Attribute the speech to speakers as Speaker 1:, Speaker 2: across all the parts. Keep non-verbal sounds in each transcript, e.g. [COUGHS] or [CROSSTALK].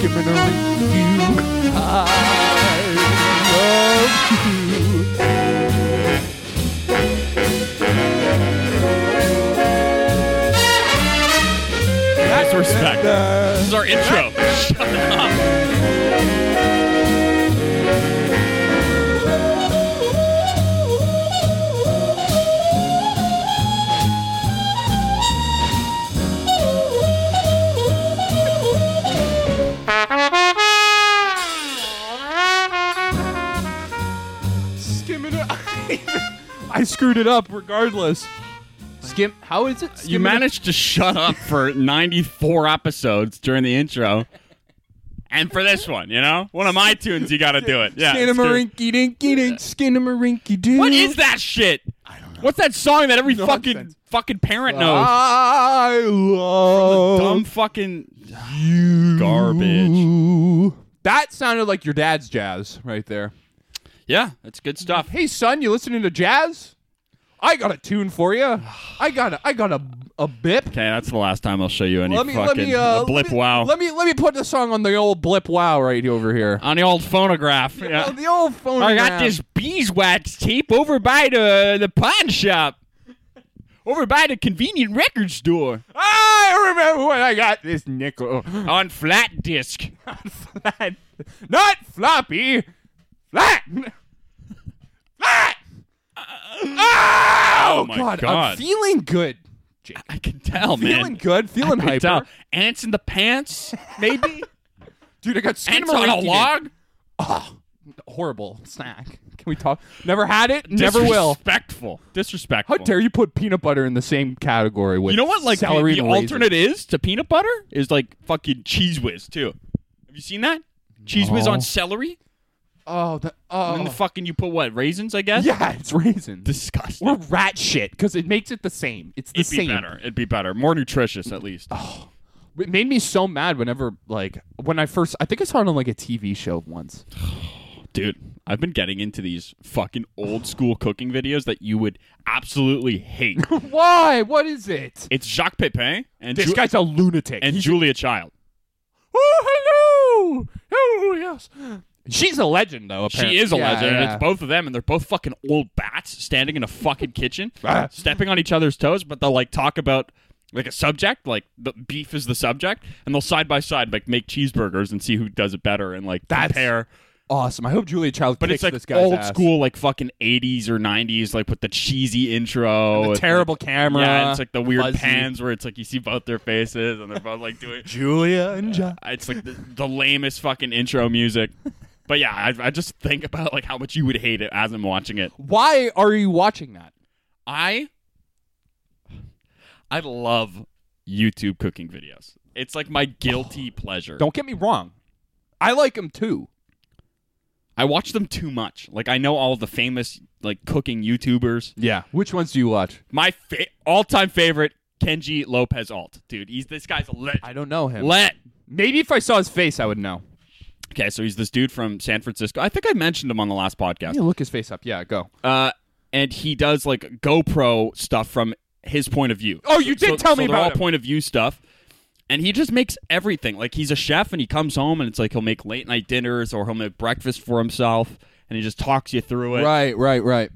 Speaker 1: giving a review. I love you.
Speaker 2: That's respect.
Speaker 1: Uh,
Speaker 2: This is our intro. [LAUGHS] Shut up.
Speaker 1: skimming a- [LAUGHS] I screwed it up regardless. Skim. How is it?
Speaker 2: You managed to shut up for 94 episodes during the intro. And for this one, you know? One of my tunes, you got to do it. Yeah. it's good.
Speaker 1: Skinamarinky dinky dink. Skinamarinky doo.
Speaker 2: What is that shit? I don't know. What's that song that every fucking
Speaker 1: Nonsense.
Speaker 2: fucking parent knows?
Speaker 1: I love
Speaker 2: Dumb fucking
Speaker 1: you.
Speaker 2: garbage.
Speaker 1: That sounded like your dad's jazz right there.
Speaker 2: Yeah, that's good stuff.
Speaker 1: Hey son, you listening to jazz? I got a tune for you. I got a I got a a bip.
Speaker 2: Okay, that's the last time I'll show you any
Speaker 1: Let me let
Speaker 2: fucking
Speaker 1: me uh,
Speaker 2: a blip
Speaker 1: let me,
Speaker 2: wow.
Speaker 1: Let me let me put the song on the old blip wow right over here.
Speaker 2: On the old phonograph.
Speaker 1: Oh,
Speaker 2: Yeah.
Speaker 1: the old phone.
Speaker 2: I got this beeswax tape over by the the pawn shop. Over by the convenient record store.
Speaker 1: I remember when I got this nickel.
Speaker 2: On flat disc.
Speaker 1: flat. Not floppy. Flat. Flat. Oh,
Speaker 2: my
Speaker 1: God. I'm
Speaker 2: God.
Speaker 1: feeling good. Jake.
Speaker 2: I can tell,
Speaker 1: Feeling
Speaker 2: man.
Speaker 1: good. Feeling
Speaker 2: I can
Speaker 1: hyper.
Speaker 2: tell. Ants in the pants, maybe?
Speaker 1: Dude, I got skin Ah,
Speaker 2: Ants on a log?
Speaker 1: Horrible snack. Can we talk? Never had it. [LAUGHS] Never will.
Speaker 2: Disrespectful. Disrespectful.
Speaker 1: How dare you put peanut butter in the same category with
Speaker 2: You know what? Like the,
Speaker 1: celery
Speaker 2: the
Speaker 1: and raisins?
Speaker 2: alternate is to peanut butter is like fucking cheese whiz too. Have you seen that? Cheese whiz
Speaker 1: No.
Speaker 2: on celery,
Speaker 1: Oh, the, oh.
Speaker 2: and then the fucking you put what raisins? I guess.
Speaker 1: yeah, it's raisins.
Speaker 2: Disgusting.
Speaker 1: We're rat shit because it makes it the same. It's the
Speaker 2: It'd be
Speaker 1: same. Oh,
Speaker 2: better. It'd be better. More nutritious, at least.
Speaker 1: It made me so mad whenever, like, when I first, I think I saw it on like a TV show once.
Speaker 2: Dude, I've been getting into these fucking old school cooking videos that you would
Speaker 1: [LAUGHS]
Speaker 2: absolutely hate.
Speaker 1: [LAUGHS] Why? What is it?
Speaker 2: it's Jacques Pepin and
Speaker 1: This
Speaker 2: Ju-
Speaker 1: guy's a lunatic.
Speaker 2: and Julia Child.
Speaker 1: oh, hello. Oh, yes. She's a legend, though. Apparently,
Speaker 2: She is a
Speaker 1: Yeah,
Speaker 2: legend. and
Speaker 1: yeah.
Speaker 2: It's both of them, and they're both fucking old bats standing in a fucking kitchen,
Speaker 1: [LAUGHS] Ah.
Speaker 2: stepping on each other's toes. But they'll like talk about like a subject, like the beef is the subject, and they'll side by side like make cheeseburgers and see who does it better and like
Speaker 1: That's-
Speaker 2: compare.
Speaker 1: awesome. I hope Julia Child.
Speaker 2: But
Speaker 1: kicks
Speaker 2: it's like
Speaker 1: this guy's
Speaker 2: old
Speaker 1: ass.
Speaker 2: school, like fucking eighties or nineties, like with the cheesy intro,
Speaker 1: The
Speaker 2: with,
Speaker 1: terrible
Speaker 2: like-
Speaker 1: camera.
Speaker 2: yeah, it's like the weird
Speaker 1: fuzzy.
Speaker 2: pans where it's like you see both their faces and they're both like doing. [LAUGHS]
Speaker 1: Julia and John.
Speaker 2: It's like the, the lamest fucking intro music. But yeah, I, I just think about like how much you would hate it as I'm watching it.
Speaker 1: Why are you watching that?
Speaker 2: I I love YouTube cooking videos. It's like
Speaker 1: [SIGHS]
Speaker 2: my guilty pleasure.
Speaker 1: Don't get me wrong. I like him too.
Speaker 2: I watch them too much. Like I know all the famous like cooking YouTubers.
Speaker 1: Yeah. Which ones do you watch?
Speaker 2: My fa- all-time favorite Kenji Lopez Alt. Dude, he's this guy's lit.
Speaker 1: I don't know him.
Speaker 2: Lit.
Speaker 1: Maybe if I saw his face, I would know.
Speaker 2: Okay, so he's this dude from San Francisco. I think I mentioned him on the last podcast.
Speaker 1: Yeah, look his face up. Yeah, go.
Speaker 2: Uh and he does like GoPro stuff from his point of view.
Speaker 1: Oh, you did
Speaker 2: so,
Speaker 1: tell
Speaker 2: so
Speaker 1: me
Speaker 2: they're
Speaker 1: about
Speaker 2: all
Speaker 1: him.
Speaker 2: point of view stuff. And he just makes everything. Like he's a chef, and he comes home, and it's like he'll make late night dinners or he'll make breakfast for himself, and he just talks you through it.
Speaker 1: Right, right, right.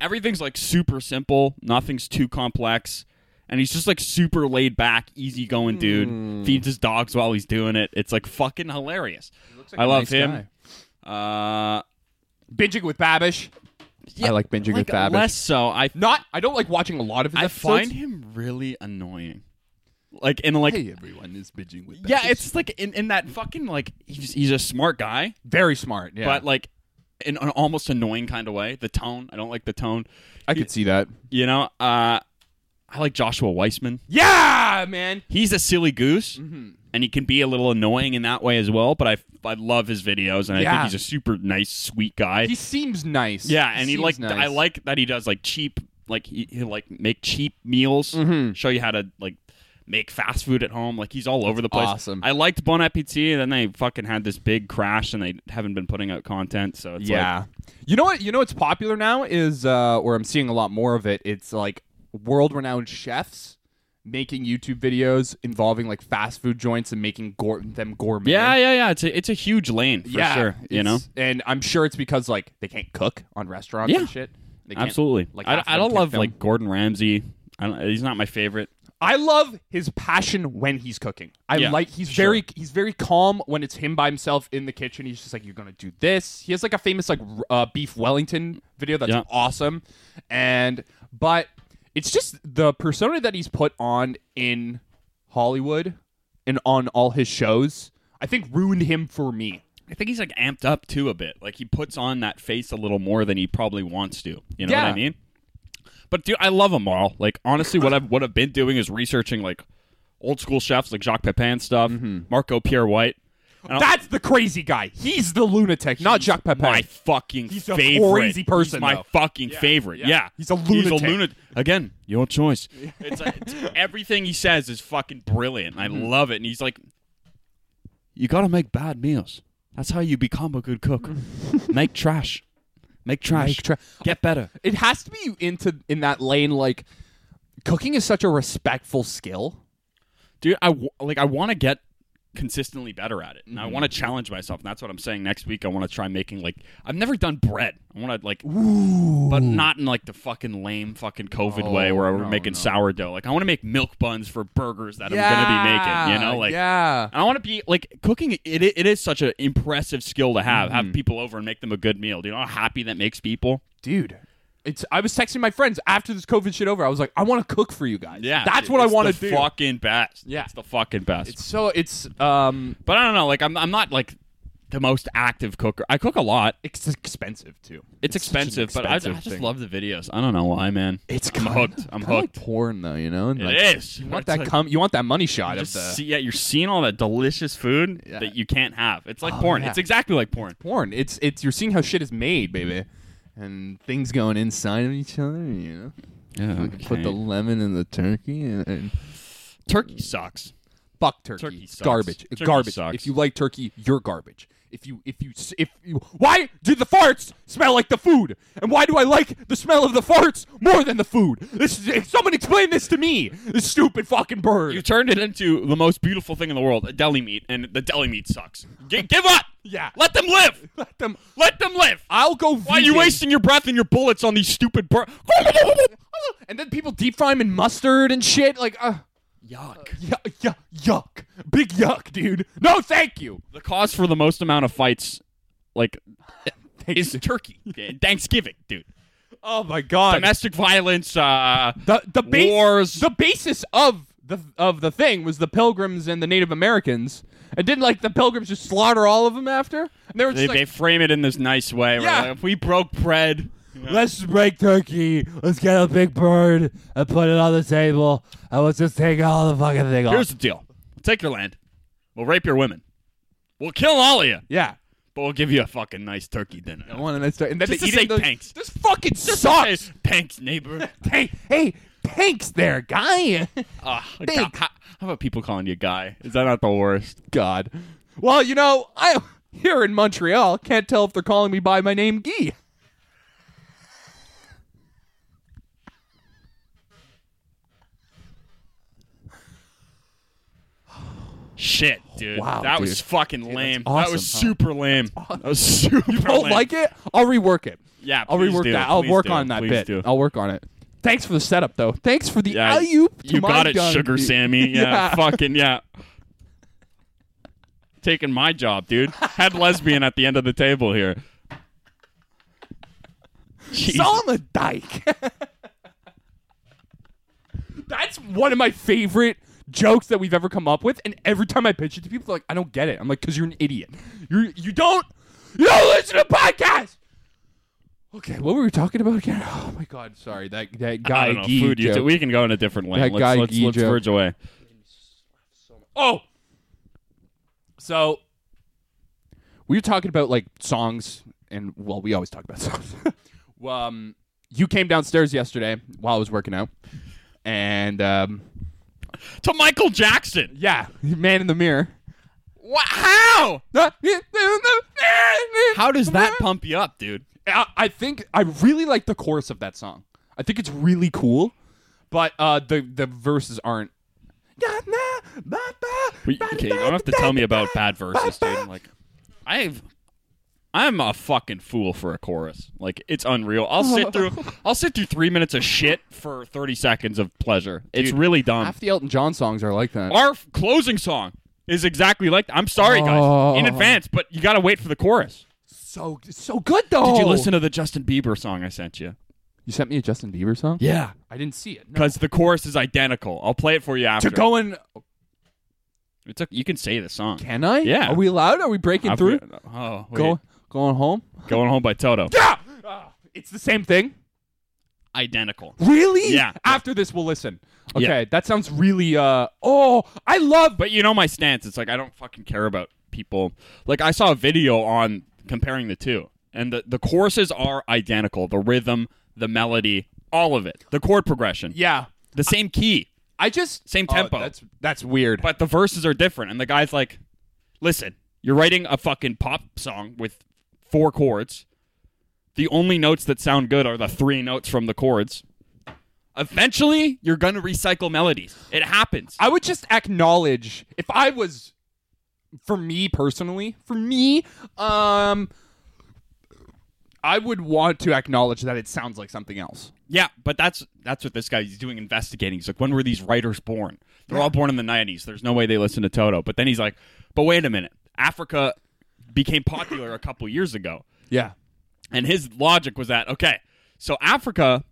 Speaker 2: Everything's like super simple. Nothing's too complex. And he's just like super laid back, easygoing
Speaker 1: Hmm.
Speaker 2: dude. Feeds his dogs while he's doing it. It's like fucking hilarious. I love him. Uh,
Speaker 1: Binging with Babish.
Speaker 2: Yeah,
Speaker 1: I like binging with
Speaker 2: like
Speaker 1: Babish.
Speaker 2: less so. I
Speaker 1: Not. I don't like watching a lot of his
Speaker 2: I
Speaker 1: episodes.
Speaker 2: find him really annoying. Like in like
Speaker 1: Hey, everyone is binging with. Babish.
Speaker 2: yeah, it's like in, in that fucking like he's he's a smart guy,
Speaker 1: very smart. Yeah,
Speaker 2: but like in an almost annoying kind of way. The tone, I don't like the tone.
Speaker 1: I could see that.
Speaker 2: You know, uh, I like Joshua Weissman.
Speaker 1: Yeah, man.
Speaker 2: He's a silly goose, and he can be a little annoying in that way as well. But I I love his videos, and I
Speaker 1: Yeah.
Speaker 2: think he's a super nice, sweet guy.
Speaker 1: He seems nice.
Speaker 2: yeah, and he,
Speaker 1: seems
Speaker 2: like
Speaker 1: nice.
Speaker 2: I like that he does like cheap like he he like make cheap meals,
Speaker 1: Mm-hmm.
Speaker 2: show you how to like make fast food at home. Like he's all over the place.
Speaker 1: Awesome.
Speaker 2: I liked Bon Appetit, and then they fucking had this big crash, and they haven't been putting out content. So it's
Speaker 1: Yeah. you know what? You know what's popular now is, uh, or I'm seeing a lot more of it. It's like world-renowned chefs making YouTube videos involving like fast food joints and making gour them gourmet.
Speaker 2: Yeah, yeah, yeah. It's a it's a huge lane for
Speaker 1: yeah,
Speaker 2: sure. You know,
Speaker 1: it's- and I'm sure it's because like they can't cook on restaurants
Speaker 2: Yeah.
Speaker 1: and shit. They can't-
Speaker 2: absolutely.
Speaker 1: like,
Speaker 2: I,
Speaker 1: half
Speaker 2: I
Speaker 1: of them
Speaker 2: don't
Speaker 1: can't
Speaker 2: love
Speaker 1: film.
Speaker 2: like Gordon Ramsay. I don't, he's not my favorite.
Speaker 1: I love his passion when he's cooking. I
Speaker 2: Yeah,
Speaker 1: like he's
Speaker 2: sure.
Speaker 1: very he's very calm when it's him by himself in the kitchen. He's just like you're gonna do this. He has like a famous like r- uh, beef Wellington video that's
Speaker 2: Yeah.
Speaker 1: awesome, and but it's just the persona that he's put on in Hollywood and on all his shows. I think ruined him for me.
Speaker 2: I think he's like amped up too a bit. Like he puts on that face a little more than he probably wants to. You know what
Speaker 1: Yeah.
Speaker 2: I mean? But dude, I love them all. Like honestly, what I've what I've been doing is researching like old school chefs like Jacques Pepin stuff, Marco Pierre White. And I'll-
Speaker 1: That's the crazy guy. He's the lunatic, not Jacques Pepin.
Speaker 2: my fucking
Speaker 1: He's a
Speaker 2: favorite.
Speaker 1: crazy person,
Speaker 2: He's my
Speaker 1: though.
Speaker 2: fucking favorite.
Speaker 1: yeah.
Speaker 2: Yeah.
Speaker 1: He's a
Speaker 2: He's
Speaker 1: lunatic.
Speaker 2: a lunatic. Again, your choice. It's, like, it's- everything he says is fucking brilliant. and I
Speaker 1: Mm-hmm.
Speaker 2: love it. And he's like, you got to make bad meals. That's how you become a
Speaker 1: [LAUGHS]
Speaker 2: good cook. make trash. Make trash.
Speaker 1: Make tra-
Speaker 2: Get better.
Speaker 1: it has to be into in that lane. Like cooking is such a respectful skill.
Speaker 2: dude i w- like i want to get consistently better at it and i want to challenge myself and that's what i'm saying next week i want to try making like i've never done bread i want to like but not in like the fucking lame fucking covid way where we're
Speaker 1: no,
Speaker 2: making
Speaker 1: no.
Speaker 2: sourdough like i want to make milk buns for burgers that i'm gonna be making you know like
Speaker 1: yeah.
Speaker 2: and I want to be like cooking. It, it it is such an impressive skill to have. Have people over and make them a good meal. Do you know how happy that makes people?
Speaker 1: dude. It's. I was texting my friends after this COVID shit over. I was like, I want to cook for you guys.
Speaker 2: Yeah,
Speaker 1: that's
Speaker 2: dude,
Speaker 1: what I
Speaker 2: it's
Speaker 1: want to
Speaker 2: the
Speaker 1: do.
Speaker 2: Fucking best.
Speaker 1: Yeah.
Speaker 2: it's the fucking best.
Speaker 1: It's so it's um
Speaker 2: But I don't know. Like I'm, I'm not like the most active cooker. I cook a lot.
Speaker 1: it's expensive too.
Speaker 2: It's,
Speaker 1: such an
Speaker 2: expensive, but I, I
Speaker 1: expensive
Speaker 2: just
Speaker 1: thing.
Speaker 2: love the videos. I don't know why, man.
Speaker 1: It's
Speaker 2: I'm
Speaker 1: kinda-
Speaker 2: hooked. I'm
Speaker 1: kinda
Speaker 2: hooked.
Speaker 1: Like porn though, you know. And
Speaker 2: It
Speaker 1: like,
Speaker 2: is.
Speaker 1: You want
Speaker 2: It's
Speaker 1: that
Speaker 2: like-
Speaker 1: cum? You want that money shot
Speaker 2: you
Speaker 1: of
Speaker 2: just
Speaker 1: the
Speaker 2: see, yeah, you're seeing all that delicious food
Speaker 1: Yeah.
Speaker 2: that you can't have. It's like
Speaker 1: Oh,
Speaker 2: porn.
Speaker 1: yeah.
Speaker 2: It's exactly like porn.
Speaker 1: porn? It's it's you're seeing how shit is made, baby, and things going inside of each other. You know,
Speaker 2: Yeah,
Speaker 1: Like, put the lemon in the turkey and. and
Speaker 2: turkey sucks.
Speaker 1: Fuck turkey.
Speaker 2: Turkey sucks.
Speaker 1: Garbage.
Speaker 2: Turkey
Speaker 1: garbage.
Speaker 2: sucks.
Speaker 1: If you like turkey, you're garbage. If you if you s- if you why do the farts smell like the food? And why do I like the smell of the farts more than the food? This is, if someone explain this to me, this stupid fucking bird.
Speaker 2: You turned it into the most beautiful thing in the world, a deli meat, and the deli meat sucks. [LAUGHS] G- give up.
Speaker 1: Yeah.
Speaker 2: Let them [LAUGHS] live.
Speaker 1: [LAUGHS] Let them.
Speaker 2: Let them live.
Speaker 1: I'll go.
Speaker 2: Why are you wasting your breath and your bullets on these stupid birds?
Speaker 1: [LAUGHS] And then people deep fry 'em in mustard and shit. Like, uh,
Speaker 2: Yuck.
Speaker 1: yuck, yuck, yuck, big yuck, dude. No, thank you.
Speaker 2: the cause for the most amount of fights, [LAUGHS] like, is [LAUGHS] Turkey. Thanksgiving, dude.
Speaker 1: Oh my god.
Speaker 2: Domestic violence. Uh,
Speaker 1: the the bas-
Speaker 2: Wars.
Speaker 1: the basis of the of the thing was the pilgrims and the Native Americans, and didn't like the pilgrims just slaughter all of them after? And they were
Speaker 2: they,
Speaker 1: just
Speaker 2: they frame it in this nice way. where,
Speaker 1: Yeah.
Speaker 2: like, if we broke bread,
Speaker 1: like, "Let's break turkey. Let's get a big bird and put it on the table, and let's just take all the fucking thing
Speaker 2: here's the deal: we'll take your land, we'll rape your women, we'll kill all of you,
Speaker 1: yeah,
Speaker 2: but we'll give you a fucking nice turkey dinner. [LAUGHS]
Speaker 1: I want a nice turkey. And then
Speaker 2: Just
Speaker 1: they
Speaker 2: to
Speaker 1: eat it
Speaker 2: say
Speaker 1: and they're-
Speaker 2: thanks.
Speaker 1: This fucking
Speaker 2: Hey,
Speaker 1: sucks.
Speaker 2: thanks, [LAUGHS] neighbor.
Speaker 1: Hey, hey, thanks there, guy. [LAUGHS]
Speaker 2: Ah, God,
Speaker 1: Thanks.
Speaker 2: how, how about people calling you guy? Is that not the worst?
Speaker 1: God. Well, you know, I here in Montreal can't tell if they're calling me by my name, Guy.
Speaker 2: Shit, dude.
Speaker 1: Wow,
Speaker 2: that
Speaker 1: dude.
Speaker 2: was fucking lame.
Speaker 1: awesome,
Speaker 2: that was
Speaker 1: huh?
Speaker 2: super lame. That was super [LAUGHS] you
Speaker 1: Don't like it? I'll rework it.
Speaker 2: Yeah,
Speaker 1: I'll
Speaker 2: please
Speaker 1: rework
Speaker 2: do.
Speaker 1: that. I'll
Speaker 2: Please
Speaker 1: work
Speaker 2: do.
Speaker 1: on that
Speaker 2: Please
Speaker 1: bit.
Speaker 2: do.
Speaker 1: I'll work on it. Thanks for the setup, though. Thanks for the
Speaker 2: Yeah,
Speaker 1: alley oop.
Speaker 2: you got it, Sugar
Speaker 1: [LAUGHS]
Speaker 2: Sammy. Yeah,
Speaker 1: Yeah.
Speaker 2: fucking yeah. Taking my job, dude. Had lesbian at the end of the table here. Jeez.
Speaker 1: Saw on the dike. [LAUGHS] That's one of my favorite jokes that we've ever come up with, and every time I pitch it to people, they're like, "I don't get it." I'm like, "Cause you're an idiot. You you don't you don't listen to podcasts." Okay, what were we talking about again? Oh my god, sorry. That that guy
Speaker 2: I don't know,
Speaker 1: Gee
Speaker 2: food. You
Speaker 1: joke.
Speaker 2: t- we can go in a different lane.
Speaker 1: That
Speaker 2: let's
Speaker 1: guy
Speaker 2: let's,
Speaker 1: Gee
Speaker 2: let's
Speaker 1: joke.
Speaker 2: verge away.
Speaker 1: Oh. So we were talking about like songs and well, we always talk about [LAUGHS] songs. Well, um you came downstairs yesterday while I was working out. And um
Speaker 2: To Michael Jackson.
Speaker 1: yeah, [LAUGHS] man in the mirror.
Speaker 2: Wha How?
Speaker 1: How
Speaker 2: How does that pump you up, dude?
Speaker 1: [LAUGHS] I I think I really like the chorus of that song. I think it's really cool, but uh the the verses aren't
Speaker 2: But you- okay, you don't have to tell me about bad verses, dude. Like, I've, I'm a fucking fool for a chorus. Like, it's unreal. I'll sit [LAUGHS] through, I'll sit through three minutes of shit for thirty seconds of pleasure. It's
Speaker 1: Dude,
Speaker 2: really dumb.
Speaker 1: Half the Elton John songs are like that.
Speaker 2: Our f- closing song is exactly like. I'm sorry, guys, in
Speaker 1: Oh.
Speaker 2: advance, but you gotta wait for the chorus. Oh.
Speaker 1: So so good though.
Speaker 2: Did you listen to the Justin Bieber song I sent you?
Speaker 1: You sent me a Justin Bieber song.
Speaker 2: Yeah,
Speaker 1: I didn't see it. No.
Speaker 2: because the chorus is identical. I'll play it for you after.
Speaker 1: To go and
Speaker 2: It's okay. You can say the song.
Speaker 1: can I?
Speaker 2: Yeah.
Speaker 1: Are we allowed? Are we breaking
Speaker 2: I've-
Speaker 1: through?
Speaker 2: Oh, wait.
Speaker 1: Go, going home.
Speaker 2: going home by Toto.
Speaker 1: Yeah. Ah, it's the same thing.
Speaker 2: Identical.
Speaker 1: Really?
Speaker 2: Yeah.
Speaker 1: After this, we'll listen. Okay,
Speaker 2: Yeah.
Speaker 1: that sounds really. uh Oh, I love.
Speaker 2: But you know my stance. It's like I don't fucking care about people. Like I saw a video on comparing the two, and the the choruses are identical. The rhythm, the melody, all of it. The chord progression.
Speaker 1: yeah,
Speaker 2: The same key,
Speaker 1: I just
Speaker 2: Same
Speaker 1: Oh,
Speaker 2: tempo.
Speaker 1: that's that's weird.
Speaker 2: but the verses are different. And the guy's like, "Listen, you're writing a fucking pop song with four chords. The only notes that sound good are the three notes from the chords." Eventually, you're gonna recycle melodies. It happens.
Speaker 1: I would just acknowledge if I was, for me personally, for me, um, I would want to acknowledge that it sounds like something else.
Speaker 2: Yeah, but that's that's what this guy is doing investigating. He's like, when were these writers born? They're all born in the '90s. There's no way they listen to Toto. But then he's like, but wait a minute, Africa became popular a couple years ago,
Speaker 1: Yeah.
Speaker 2: and his logic was that okay, so Africa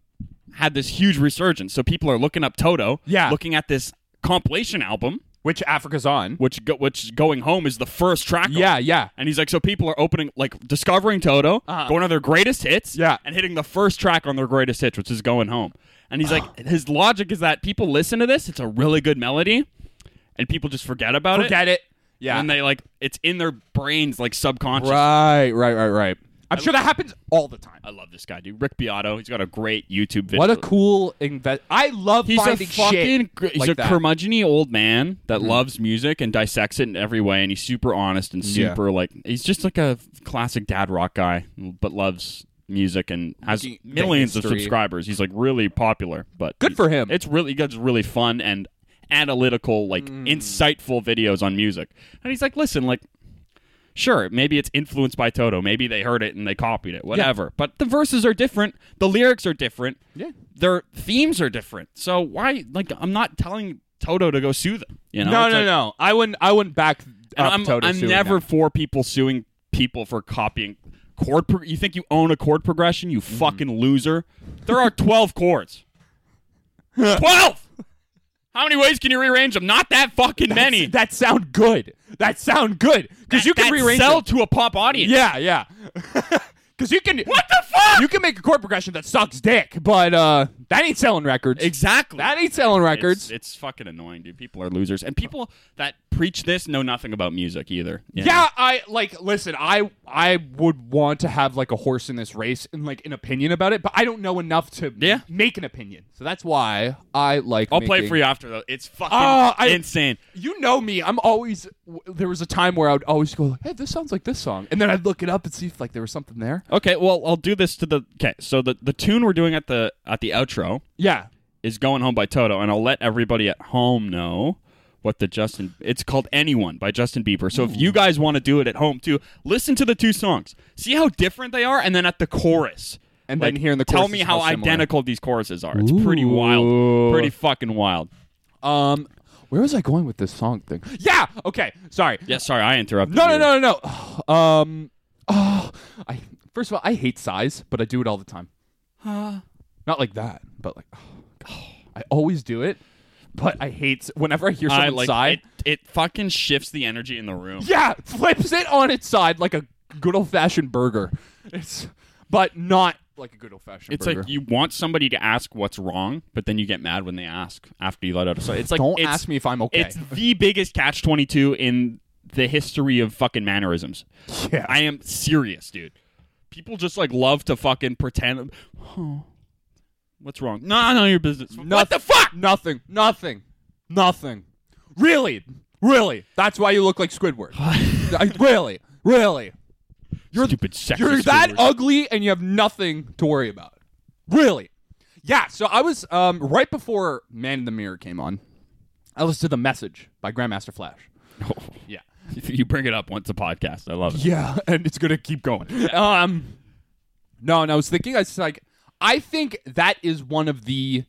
Speaker 2: had this huge resurgence. So people are looking up Toto,
Speaker 1: Yeah.
Speaker 2: looking at this compilation album,
Speaker 1: Which Africa's on?
Speaker 2: which go, which going home is the first track. on it.
Speaker 1: Yeah, yeah.
Speaker 2: And he's like, so people are opening, like, discovering Toto,
Speaker 1: Uh-huh.
Speaker 2: going to their greatest hits,
Speaker 1: Yeah.
Speaker 2: and hitting the first track on their greatest hits, which is going home. And he's like, his logic is that people listen to this; it's a really good melody, and people just forget about it.
Speaker 1: Forget it. Yeah.
Speaker 2: and they like it's in their brains, like subconscious.
Speaker 1: right, right, right, right. I'm sure that happens all the time.
Speaker 2: I love this guy, dude. Rick Beato, he's got a great YouTube video.
Speaker 1: What a cool invest. I love
Speaker 2: He's a
Speaker 1: finding
Speaker 2: fucking
Speaker 1: shit
Speaker 2: gr- he's
Speaker 1: like
Speaker 2: a
Speaker 1: that. Mm-hmm.
Speaker 2: curmudgeony old man that loves music and dissects it in every way, and he's super honest and
Speaker 1: Yeah.
Speaker 2: super like he's just like a classic dad rock guy, but loves music and has
Speaker 1: The- the
Speaker 2: millions of
Speaker 1: history.
Speaker 2: subscribers. He's like really popular, but
Speaker 1: Good
Speaker 2: he-
Speaker 1: for him.
Speaker 2: It's really he does really fun and analytical, like
Speaker 1: Mm.
Speaker 2: insightful videos on music, and he's like, listen, like. Sure, maybe it's influenced by Toto. Maybe they heard it and they copied it, whatever. But the verses are different. The lyrics are different
Speaker 1: Yeah.
Speaker 2: their themes are different. So why like I'm not telling Toto to go sue them. You know?
Speaker 1: No,
Speaker 2: It's
Speaker 1: no,
Speaker 2: like-
Speaker 1: no. I wouldn't. I wouldn't back.
Speaker 2: and
Speaker 1: up
Speaker 2: I'm,
Speaker 1: Toto
Speaker 2: I'm
Speaker 1: suing
Speaker 2: never
Speaker 1: them.
Speaker 2: for people suing people for copying chord. Pro- you think you own a chord progression? You fucking loser. There are 12 [LAUGHS] chords. 12. How many ways can you rearrange them? Not that fucking many.
Speaker 1: That sound good. That sound good because you can
Speaker 2: That
Speaker 1: rearrange.
Speaker 2: sell
Speaker 1: them.
Speaker 2: to a pop audience.
Speaker 1: Yeah, yeah. [LAUGHS] Because you can.
Speaker 2: What the fuck?
Speaker 1: You can make a chord progression that sucks dick, but uh, that ain't selling records.
Speaker 2: Exactly.
Speaker 1: That ain't selling records.
Speaker 2: It's, it's fucking annoying, dude. People are losers, and people that preach this know nothing about music either. you know?
Speaker 1: yeah, I like. Listen, I I would want to have like a horse in this race and like an opinion about it, but I don't know enough to
Speaker 2: Yeah.
Speaker 1: make an opinion. So that's why I like.
Speaker 2: I'll play
Speaker 1: making-
Speaker 2: it for you Ah, after though. It's fucking
Speaker 1: Oh, I-
Speaker 2: insane.
Speaker 1: You know me. I'm always. w- There was a time where I would always go, "Hey, this sounds like this song," and then I'd look it up and see if like there was something there.
Speaker 2: Okay, well, I'll do this to the Okay, so the the tune we're doing at the at the outro
Speaker 1: Yeah.
Speaker 2: is going home by Toto and I'll let everybody at home know what the Justin it's called Anyone by Justin Bieber. So if you guys want to do it at home too, listen to the two songs. See how different they are and then at the chorus.
Speaker 1: And then here in the
Speaker 2: Tell
Speaker 1: chorus
Speaker 2: me
Speaker 1: is
Speaker 2: how,
Speaker 1: how similar.
Speaker 2: identical these choruses are. It's pretty wild.
Speaker 1: Ooh.
Speaker 2: Pretty fucking wild.
Speaker 1: Um, where was I going with this song thing? Yeah. Okay. Sorry.
Speaker 2: Yeah, sorry, I interrupted.
Speaker 1: No,
Speaker 2: you.
Speaker 1: no, no, no, no. [SIGHS] Um, oh, I first of all, I hate sighs, but I do it all the time. Not like that, but like, oh, God. I always do it, but I hate s- whenever I hear someone
Speaker 2: I like
Speaker 1: sigh.
Speaker 2: it, it fucking shifts the energy in the room.
Speaker 1: yeah, flips it on its side like a good old fashioned burger. It's but not like a good old fashioned.
Speaker 2: It's
Speaker 1: burger.
Speaker 2: like you want somebody to ask what's wrong, but then you get mad when they ask after you let out a sigh. It's like
Speaker 1: don't
Speaker 2: it's,
Speaker 1: ask me if I'm okay. [LAUGHS]
Speaker 2: It's the biggest catch twenty two in the history of fucking mannerisms.
Speaker 1: yeah,
Speaker 2: I am serious, dude. People just like love to fucking pretend. [SIGHS] "Oh, what's wrong? No, no, your business. What the fuck?
Speaker 1: Nothing. Nothing. Nothing. Really? Really? That's why you look like Squidward. I- really? Really?
Speaker 2: You're stupid. Sexist
Speaker 1: You're that
Speaker 2: Squidward.
Speaker 1: ugly and you have nothing to worry about. Really? Yeah, so I was um right before Man in the Mirror came on. I listened to The Message by Grandmaster [LAUGHS] Flash. Yeah.
Speaker 2: you bring it up once a podcast. I love it.
Speaker 1: Yeah, and it's gonna keep going. [LAUGHS] Um, no, and I was thinking, I was like, I think that is one of the.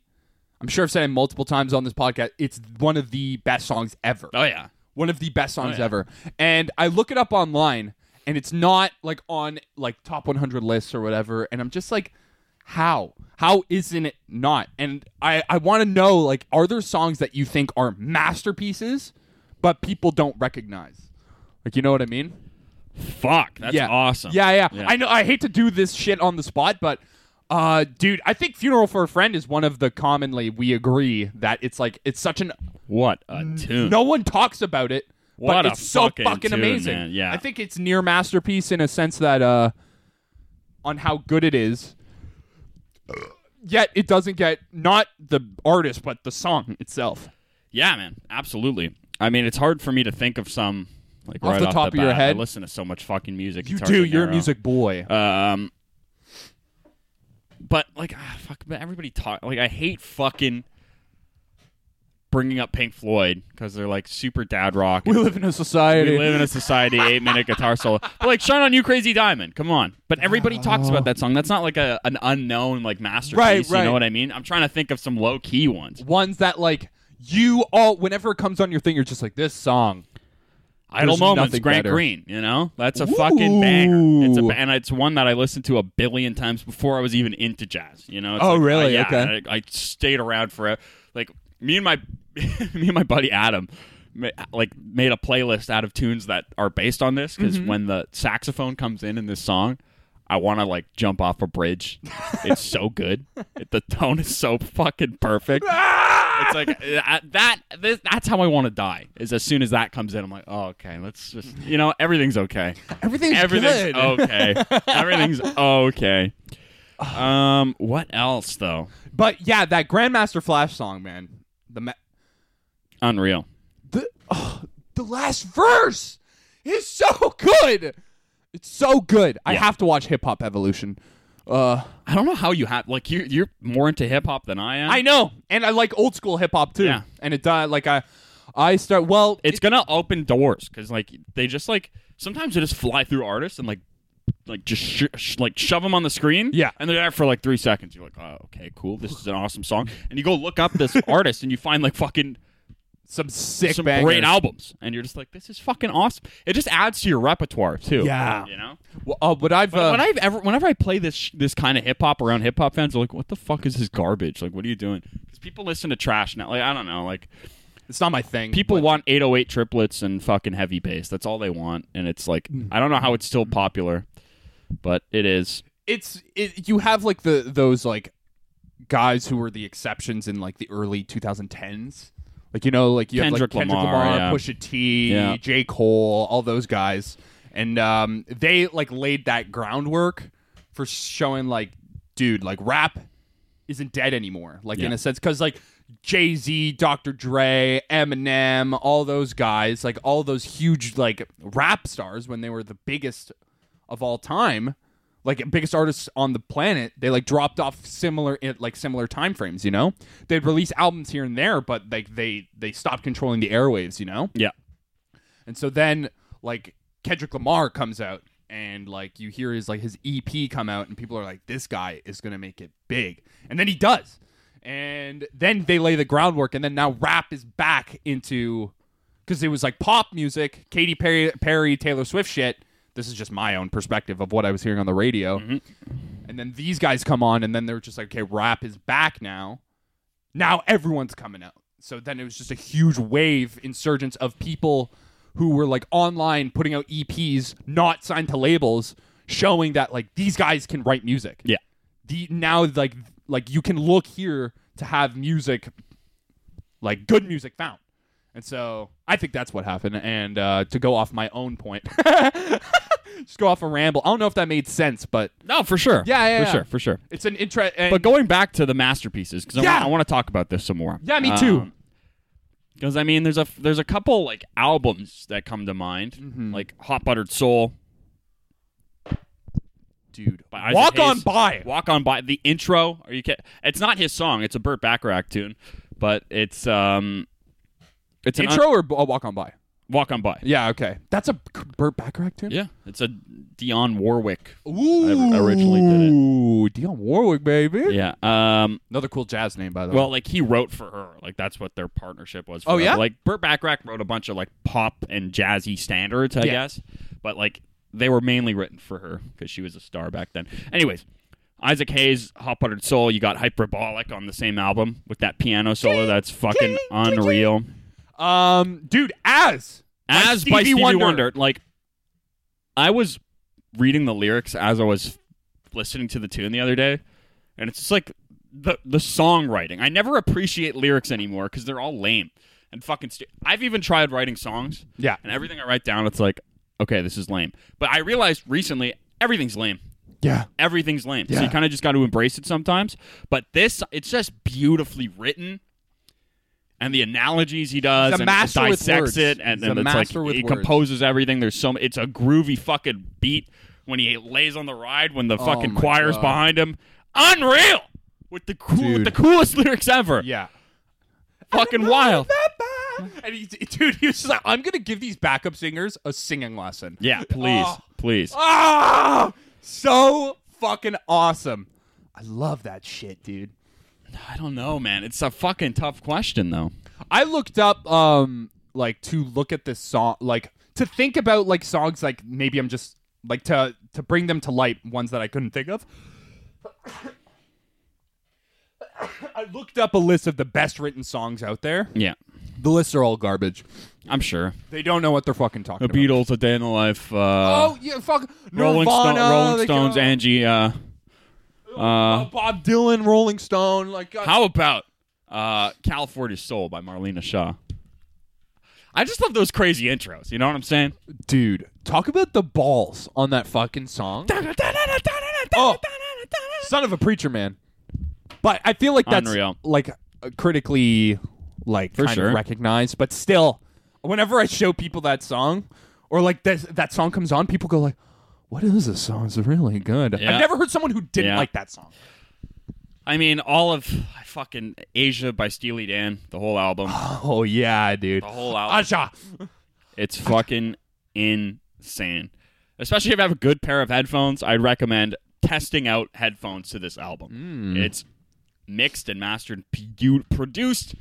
Speaker 1: I'm sure I've said it multiple times on this podcast. It's one of the best songs ever.
Speaker 2: Oh yeah.
Speaker 1: One of the best songs
Speaker 2: Oh, yeah.
Speaker 1: ever. And I look it up online, and it's not like on like top 100 lists or whatever. And I'm just like, how? How isn't it not? And I I want to know like, are there songs that you think are masterpieces, but people don't recognize? Like, you know what I mean?
Speaker 2: Fuck. That's
Speaker 1: yeah.
Speaker 2: awesome.
Speaker 1: Yeah, yeah,
Speaker 2: Yeah.
Speaker 1: I know. I hate to do this shit on the spot, but uh, dude, I think "Funeral for a Friend" is one of the commonly we agree that it's like it's such an
Speaker 2: What a tune.
Speaker 1: no one talks about it,
Speaker 2: What
Speaker 1: but
Speaker 2: a
Speaker 1: it's so
Speaker 2: fucking
Speaker 1: fucking
Speaker 2: tune,
Speaker 1: amazing.
Speaker 2: man. Yeah.
Speaker 1: I think it's near masterpiece in a sense that uh, on how good it is. Yet it doesn't get not the artist, but the song itself.
Speaker 2: Yeah, man, absolutely. I mean, it's hard for me to think of some like
Speaker 1: Off
Speaker 2: right
Speaker 1: the top of your
Speaker 2: bat.
Speaker 1: head?
Speaker 2: I listen to so much fucking music.
Speaker 1: You
Speaker 2: it's hard to
Speaker 1: do. You're a
Speaker 2: narrow.
Speaker 1: music boy.
Speaker 2: Um, but like, ah, fuck, but everybody talk. Like, I hate fucking bringing up Pink Floyd because they're like super dad rock.
Speaker 1: we live in a society.
Speaker 2: We live in a society eight minute guitar solo. But like Shine on You Crazy Diamond, come on. But everybody talks about that song. That's not like a an unknown like masterpiece.
Speaker 1: Right, right.
Speaker 2: You know what I mean? I'm trying to think of some low key ones.
Speaker 1: ones that like you all whenever it comes on your thing you're just like this song
Speaker 2: Idle
Speaker 1: There's
Speaker 2: Moments,
Speaker 1: nothing
Speaker 2: Grant
Speaker 1: better.
Speaker 2: Green. You know, that's a fucking banger. It's a, ba- and it's one that I listened to a billion times before I was even into jazz. You know? It's
Speaker 1: Oh,
Speaker 2: like,
Speaker 1: really?
Speaker 2: yeah,
Speaker 1: Okay.
Speaker 2: I, I stayed around for a, like me and my [LAUGHS] me and my buddy Adam. ma- Like made a playlist out of tunes that are based on this because
Speaker 1: Mm-hmm.
Speaker 2: when the saxophone comes in in this song, I want to like jump off a bridge. it's so good.
Speaker 1: [LAUGHS]
Speaker 2: It, the tone is so fucking perfect. It's like uh, that. This, that's how I want to die. Is as soon as that comes in, I'm like, oh, okay. Let's just, you know, everything's okay.
Speaker 1: everything's,
Speaker 2: everything's oh.
Speaker 1: good
Speaker 2: okay. everything's okay. Um, what else though?
Speaker 1: but yeah that grandmaster flash song man the ma-
Speaker 2: Unreal.
Speaker 1: the oh, the last verse is so good it's so good i
Speaker 2: Yeah.
Speaker 1: have to watch hip hop evolution uh
Speaker 2: I don't know how you have like you. You're more into hip hop than I am.
Speaker 1: i know and i like old school hip hop too
Speaker 2: Yeah.
Speaker 1: and it uh, like i i start well
Speaker 2: it's gonna open doors because like they just like sometimes they just fly through artists and like like just sh- sh- like shove them on the screen
Speaker 1: Yeah.
Speaker 2: and they're there for like three seconds you're like oh okay cool this is an awesome song and you go look up
Speaker 1: [LAUGHS]
Speaker 2: this artist and you find like fucking
Speaker 1: some sick
Speaker 2: some
Speaker 1: bangers.
Speaker 2: great albums and you're just like this is fucking awesome it just adds to your repertoire too
Speaker 1: Yeah.
Speaker 2: you know
Speaker 1: Well, uh, what i've uh,
Speaker 2: when I've ever, whenever I play this sh- this kind of hip hop around hip hop fans, they're like, "What the fuck is this garbage? Like, what are you doing?" Because people listen to trash now. Like, I don't know. Like,
Speaker 1: it's not my thing
Speaker 2: People
Speaker 1: but-
Speaker 2: want 808 triplets and fucking heavy bass. That's all they want. And it's like,
Speaker 1: Hmm.
Speaker 2: I don't know how it's still popular, but it is.
Speaker 1: it's it, you have like the those like guys who were the exceptions in like the early 2010s. Like you know, like you
Speaker 2: Kendrick
Speaker 1: have like Kendrick
Speaker 2: Lamar,
Speaker 1: Lamar,
Speaker 2: yeah.
Speaker 1: Pusha T,
Speaker 2: Yeah.
Speaker 1: J. Cole, all those guys, and um, they like laid that groundwork for showing like, dude, like rap isn't dead anymore. Like in
Speaker 2: Yeah.
Speaker 1: a sense, because like Jay Z, Dr. Dre, Eminem, all those guys, like all those huge like rap stars when they were the biggest of all time, like biggest artists on the planet, they like dropped off similar at like similar time frames. You know, they'd release albums here and there, but like they they stopped controlling the airwaves. You know,
Speaker 2: Yeah.
Speaker 1: and so then like Kendrick Lamar comes out and like you hear his like his EP come out and people are like this guy is going to make it big. And then he does. And then they lay the groundwork and then now rap is back into cuz it was like pop music, Katy Perry, Perry Taylor Swift shit. This is just my own perspective of what I was hearing on the radio. And then these guys come on and then they're just like okay, rap is back now now everyone's coming out. So then it was just a huge wave insurgence of people who were like online putting out EPs, not signed to labels, showing that like these guys can write music.
Speaker 2: Yeah.
Speaker 1: The now like like you can look here to have music like good music found. And so I think that's what happened. And uh, to go off my own point, [LAUGHS] just go off a ramble. I don't know if that made sense, but
Speaker 2: No, for sure.
Speaker 1: Yeah, yeah,
Speaker 2: For
Speaker 1: yeah.
Speaker 2: sure. For sure.
Speaker 1: it's an interest.
Speaker 2: But going back to the masterpieces, because
Speaker 1: Yeah.
Speaker 2: I, want to talk about this some more.
Speaker 1: Yeah, me too.
Speaker 2: Because I mean, there's a there's a couple like albums that come to mind,
Speaker 1: Mm-hmm.
Speaker 2: like Hot Buttered Soul,
Speaker 1: dude,
Speaker 2: by Isaac
Speaker 1: walk on
Speaker 2: Hayes.
Speaker 1: by.
Speaker 2: Walk on by. The intro. Are you kidding? It's not his song. It's a Burt Bacharach tune, but it's um, It's an
Speaker 1: Intro or b- a walk on by?
Speaker 2: walk on by.
Speaker 1: Yeah, okay. That's a B- Burt Bacharach tune?
Speaker 2: Yeah, it's a Dion Warwick.
Speaker 1: Ooh.
Speaker 2: I originally did it.
Speaker 1: Ooh, Dionne Warwick, baby.
Speaker 2: Yeah. Um.
Speaker 1: Another cool jazz name, by the
Speaker 2: Well,
Speaker 1: way.
Speaker 2: like he wrote for her. Like that's what their partnership was. For
Speaker 1: Oh, yeah?
Speaker 2: Like Burt Bacharach wrote a bunch of like pop and jazzy standards, I
Speaker 1: Yeah.
Speaker 2: guess. But like they were mainly written for her because she was a star back then. Anyways, Isaac Hayes, Hot Buttered Soul. You got Hyperbolic on the same album with that piano solo. That's fucking unreal.
Speaker 1: Well, um, dude, as
Speaker 2: As by Stevie Wonder. like I was reading the lyrics as I was listening to the tune the other day, and it's just like the the songwriting. I never appreciate lyrics anymore because they're all lame and fucking. Stu- I've even tried writing songs,
Speaker 1: Yeah.
Speaker 2: and everything I write down, it's like, okay, this is lame. But I realized recently everything's lame.
Speaker 1: Yeah.
Speaker 2: Everything's lame. So
Speaker 1: Yeah.
Speaker 2: you kind of just got to embrace it sometimes. But this, it's just beautifully written. And the analogies he does,
Speaker 1: He's a
Speaker 2: and
Speaker 1: master with
Speaker 2: dissects
Speaker 1: words.
Speaker 2: it, and,
Speaker 1: He's
Speaker 2: and
Speaker 1: a
Speaker 2: it's like
Speaker 1: master with
Speaker 2: he
Speaker 1: words.
Speaker 2: composes everything. There's some, it's a groovy fucking beat when he lays on the ride when the fucking
Speaker 1: Oh my
Speaker 2: choir's
Speaker 1: God.
Speaker 2: behind him. Unreal with the cool, with
Speaker 1: Dude.
Speaker 2: the coolest lyrics ever.
Speaker 1: Yeah.
Speaker 2: Fucking wild.
Speaker 1: And he, dude, he was just like, I'm gonna give these backup singers a singing lesson. [LAUGHS]
Speaker 2: Yeah, please,
Speaker 1: Oh.
Speaker 2: please.
Speaker 1: Ah, so fucking awesome. I love that shit, dude.
Speaker 2: I don't know, man. It's a fucking tough question, though.
Speaker 1: I looked up um like to look at this song like to think about like songs like maybe I'm just like to to bring them to light ones that I couldn't think of. [COUGHS] I looked up a list of the best written songs out there.
Speaker 2: Yeah,
Speaker 1: The lists are all garbage.
Speaker 2: I'm sure.
Speaker 1: They don't know what they're fucking talking
Speaker 2: The
Speaker 1: about.
Speaker 2: Beatles, A Day in the Life. Uh,
Speaker 1: Oh yeah, fuck
Speaker 2: Rolling, Stone,
Speaker 1: Nirvana,
Speaker 2: Rolling
Speaker 1: uh, they
Speaker 2: Stones,
Speaker 1: go-
Speaker 2: Angie. Uh,
Speaker 1: Oh, Bob Dylan, Rolling Stone, like uh,
Speaker 2: how about uh, California Soul by Marlena Shaw? I just love those crazy intros. You know what I'm saying?
Speaker 1: dude, talk about the balls on that fucking song.
Speaker 2: Oh.
Speaker 1: Son of a preacher man. But I feel like that's
Speaker 2: Unreal.
Speaker 1: like uh, critically like kind
Speaker 2: sure.
Speaker 1: of recognized, but still whenever I show people that song or like that that song comes on, people go like what is this song? It's really good.
Speaker 2: Yeah.
Speaker 1: I've never heard someone who didn't
Speaker 2: Yeah.
Speaker 1: like that song.
Speaker 2: I mean, all of I fucking Asia by Steely Dan, the whole album.
Speaker 1: Oh yeah, dude.
Speaker 2: The whole album.
Speaker 1: Aja.
Speaker 2: It's fucking insane. Especially if you have a good pair of headphones, I'd recommend testing out headphones to this album. It's mixed and mastered, pu- produced.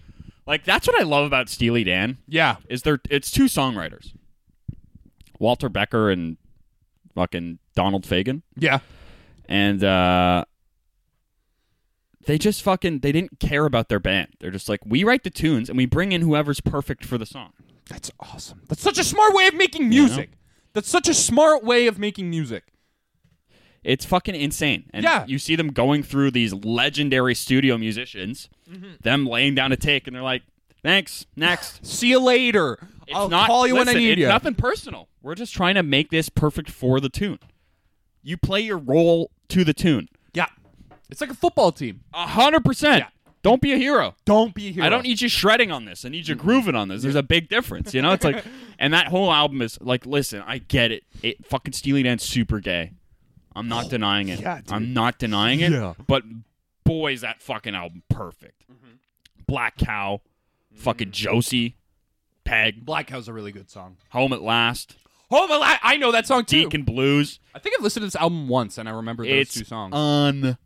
Speaker 2: Like that's what I love about Steely Dan
Speaker 1: Yeah.
Speaker 2: is there it's two songwriters. Walter Becker and fucking Donald Fagen
Speaker 1: Yeah.
Speaker 2: and uh they just fucking they didn't care about their band. They're just like we write the tunes and we bring in whoever's perfect for the song.
Speaker 1: That's awesome. That's such a smart way of making music. That's such a smart way of making music.
Speaker 2: It's fucking insane. And
Speaker 1: Yeah.
Speaker 2: you see them going through these legendary studio musicians,
Speaker 1: Mm-hmm.
Speaker 2: them laying down a take, and they're like, thanks,
Speaker 1: [LAUGHS]
Speaker 2: next.
Speaker 1: See you later.
Speaker 2: It's
Speaker 1: I'll
Speaker 2: not,
Speaker 1: call you when
Speaker 2: listen,
Speaker 1: I need
Speaker 2: it's
Speaker 1: you.
Speaker 2: nothing personal. We're just trying to make this perfect for the tune. You play your role to the tune.
Speaker 1: Yeah. It's like a football team.
Speaker 2: A hundred percent.
Speaker 1: Yeah.
Speaker 2: Don't be a hero.
Speaker 1: Don't be here.
Speaker 2: I don't e- need you shredding on this. I need you grooving on this. There's a big difference, you know.
Speaker 1: [LAUGHS]
Speaker 2: It's like, and that whole album is like, listen, I get it. It fucking Steely Dan's super gay. I'm not denying it.
Speaker 1: Oh, yeah, dude.
Speaker 2: I'm not denying it.
Speaker 1: Yeah.
Speaker 2: But boy, is that fucking album perfect.
Speaker 1: Mm-hmm.
Speaker 2: Black Cow, fucking Josie, Peg,
Speaker 1: Black Cow's a really good song.
Speaker 2: Home at Last,
Speaker 1: Home Alive. I know that song too.
Speaker 2: Deacon Blues.
Speaker 1: I think I've listened to this album once and I remember those
Speaker 2: it's
Speaker 1: two songs.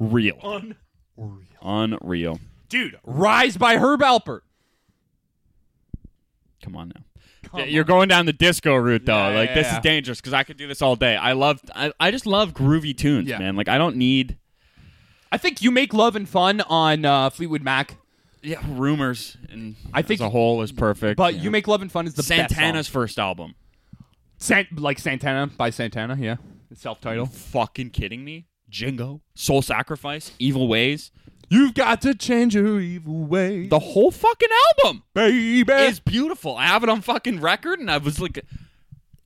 Speaker 2: unreal,
Speaker 1: Unreal.
Speaker 2: unreal.
Speaker 1: Dude, Rise by Herb Alpert.
Speaker 2: Come on now.
Speaker 1: Come
Speaker 2: Yeah, You're going down the disco route though.
Speaker 1: Yeah,
Speaker 2: like
Speaker 1: yeah,
Speaker 2: this
Speaker 1: yeah.
Speaker 2: is dangerous because I could do this all day. I love, I, I just love groovy tunes,
Speaker 1: Yeah.
Speaker 2: man. Like I don't need
Speaker 1: I think You Make Love and Fun on uh, Fleetwood Mac,
Speaker 2: yeah rumors. And
Speaker 1: I think-
Speaker 2: as a whole is perfect.
Speaker 1: but
Speaker 2: yeah.
Speaker 1: You Make Love and Fun is the
Speaker 2: Santana's first album.
Speaker 1: best song. San- like Santana by Santana, yeah. Self title.
Speaker 2: Fucking kidding me? Jingo, Soul Sacrifice, Evil Ways,
Speaker 1: You've got to change your evil way.
Speaker 2: the whole fucking album
Speaker 1: baby.
Speaker 2: is beautiful. I have it on fucking record, and I was like,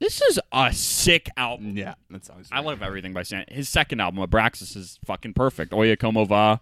Speaker 2: this is a sick album.
Speaker 1: yeah, that sounds.
Speaker 2: I love everything by Santana. His second album, Abraxas, is fucking perfect. Oya Como Va.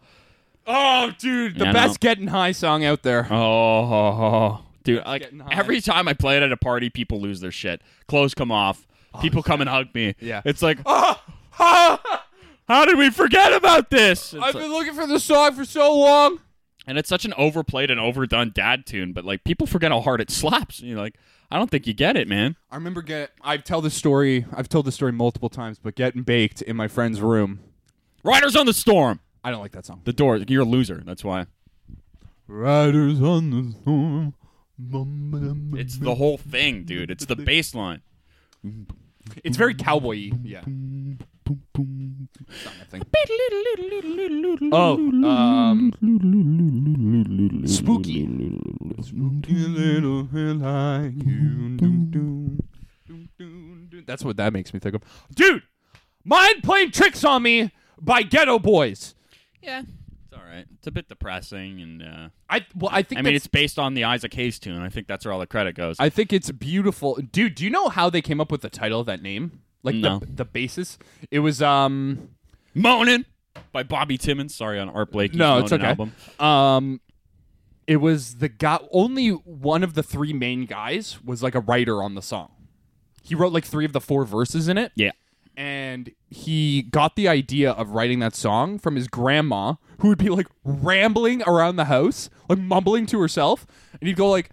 Speaker 1: Oh, dude, the
Speaker 2: Yeah, I
Speaker 1: best getting high song out there.
Speaker 2: Oh, oh, oh. dude! Like
Speaker 1: getting high.
Speaker 2: every time I play it at a party, people lose their shit. Clothes come off. people come and hug me.
Speaker 1: Yeah.
Speaker 2: it's [LAUGHS] like, Ah, how did we forget about this? It's
Speaker 1: I've
Speaker 2: like,
Speaker 1: been looking for this song for so long.
Speaker 2: And it's such an overplayed and overdone dad tune, but like people forget how hard it slaps. And you're like, I don't think you get it, man.
Speaker 1: I remember get I've told this story I've told this story multiple times, but getting baked in my friend's room.
Speaker 2: Riders on the storm.
Speaker 1: I don't like that song.
Speaker 2: The door. You're a loser. That's why.
Speaker 1: Riders on the storm. Bum, ba, dum, ba,
Speaker 2: It's
Speaker 1: dum.
Speaker 2: the whole thing, dude. It's [LAUGHS] the bass line.
Speaker 1: it's very cowboy. Yeah. Oh, um, spooky. That's what that makes me think of. Dude, mind playing tricks on me by Ghetto Boys.
Speaker 2: Yeah. It's all right. It's a bit depressing, and uh,
Speaker 1: I well, I think
Speaker 2: I mean,
Speaker 1: that's-
Speaker 2: it's based on the Isaac Hayes tune. I think that's where all the credit goes.
Speaker 1: I think it's beautiful, dude. Do you know how they came up with the title of that name? Like
Speaker 2: No.
Speaker 1: the the basis. It was um
Speaker 2: Moaning by Bobby Timmons. Sorry on Art Blakey's
Speaker 1: No, it's
Speaker 2: Moanin'
Speaker 1: okay.
Speaker 2: album.
Speaker 1: Um, it was the guy. Only one of the three main guys was like a writer on the song. He wrote like three of the four verses in it,
Speaker 2: Yeah.
Speaker 1: and he got the idea of writing that song from his grandma, who would be like rambling around the house, like mumbling to herself, and he'd go like,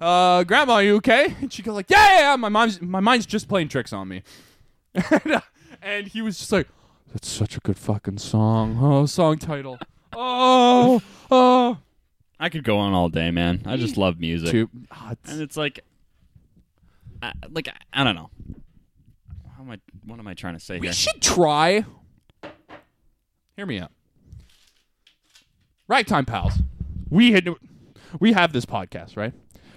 Speaker 1: "Uh, grandma, you okay?" And she'd go like, "Yeah, yeah, yeah, my mom's my mind's just playing tricks on me." [LAUGHS] and, uh, and he was just like, "That's such a good fucking song. Oh, song title. Oh, oh."
Speaker 2: I could go on all day, man. I just love music.
Speaker 1: Two. Ah, it's-
Speaker 2: And it's like, I, like I, I don't know. How am I? What am I trying to say
Speaker 1: we
Speaker 2: here?
Speaker 1: should try. Hear me out. Ragtime pals. We had we have this podcast, right?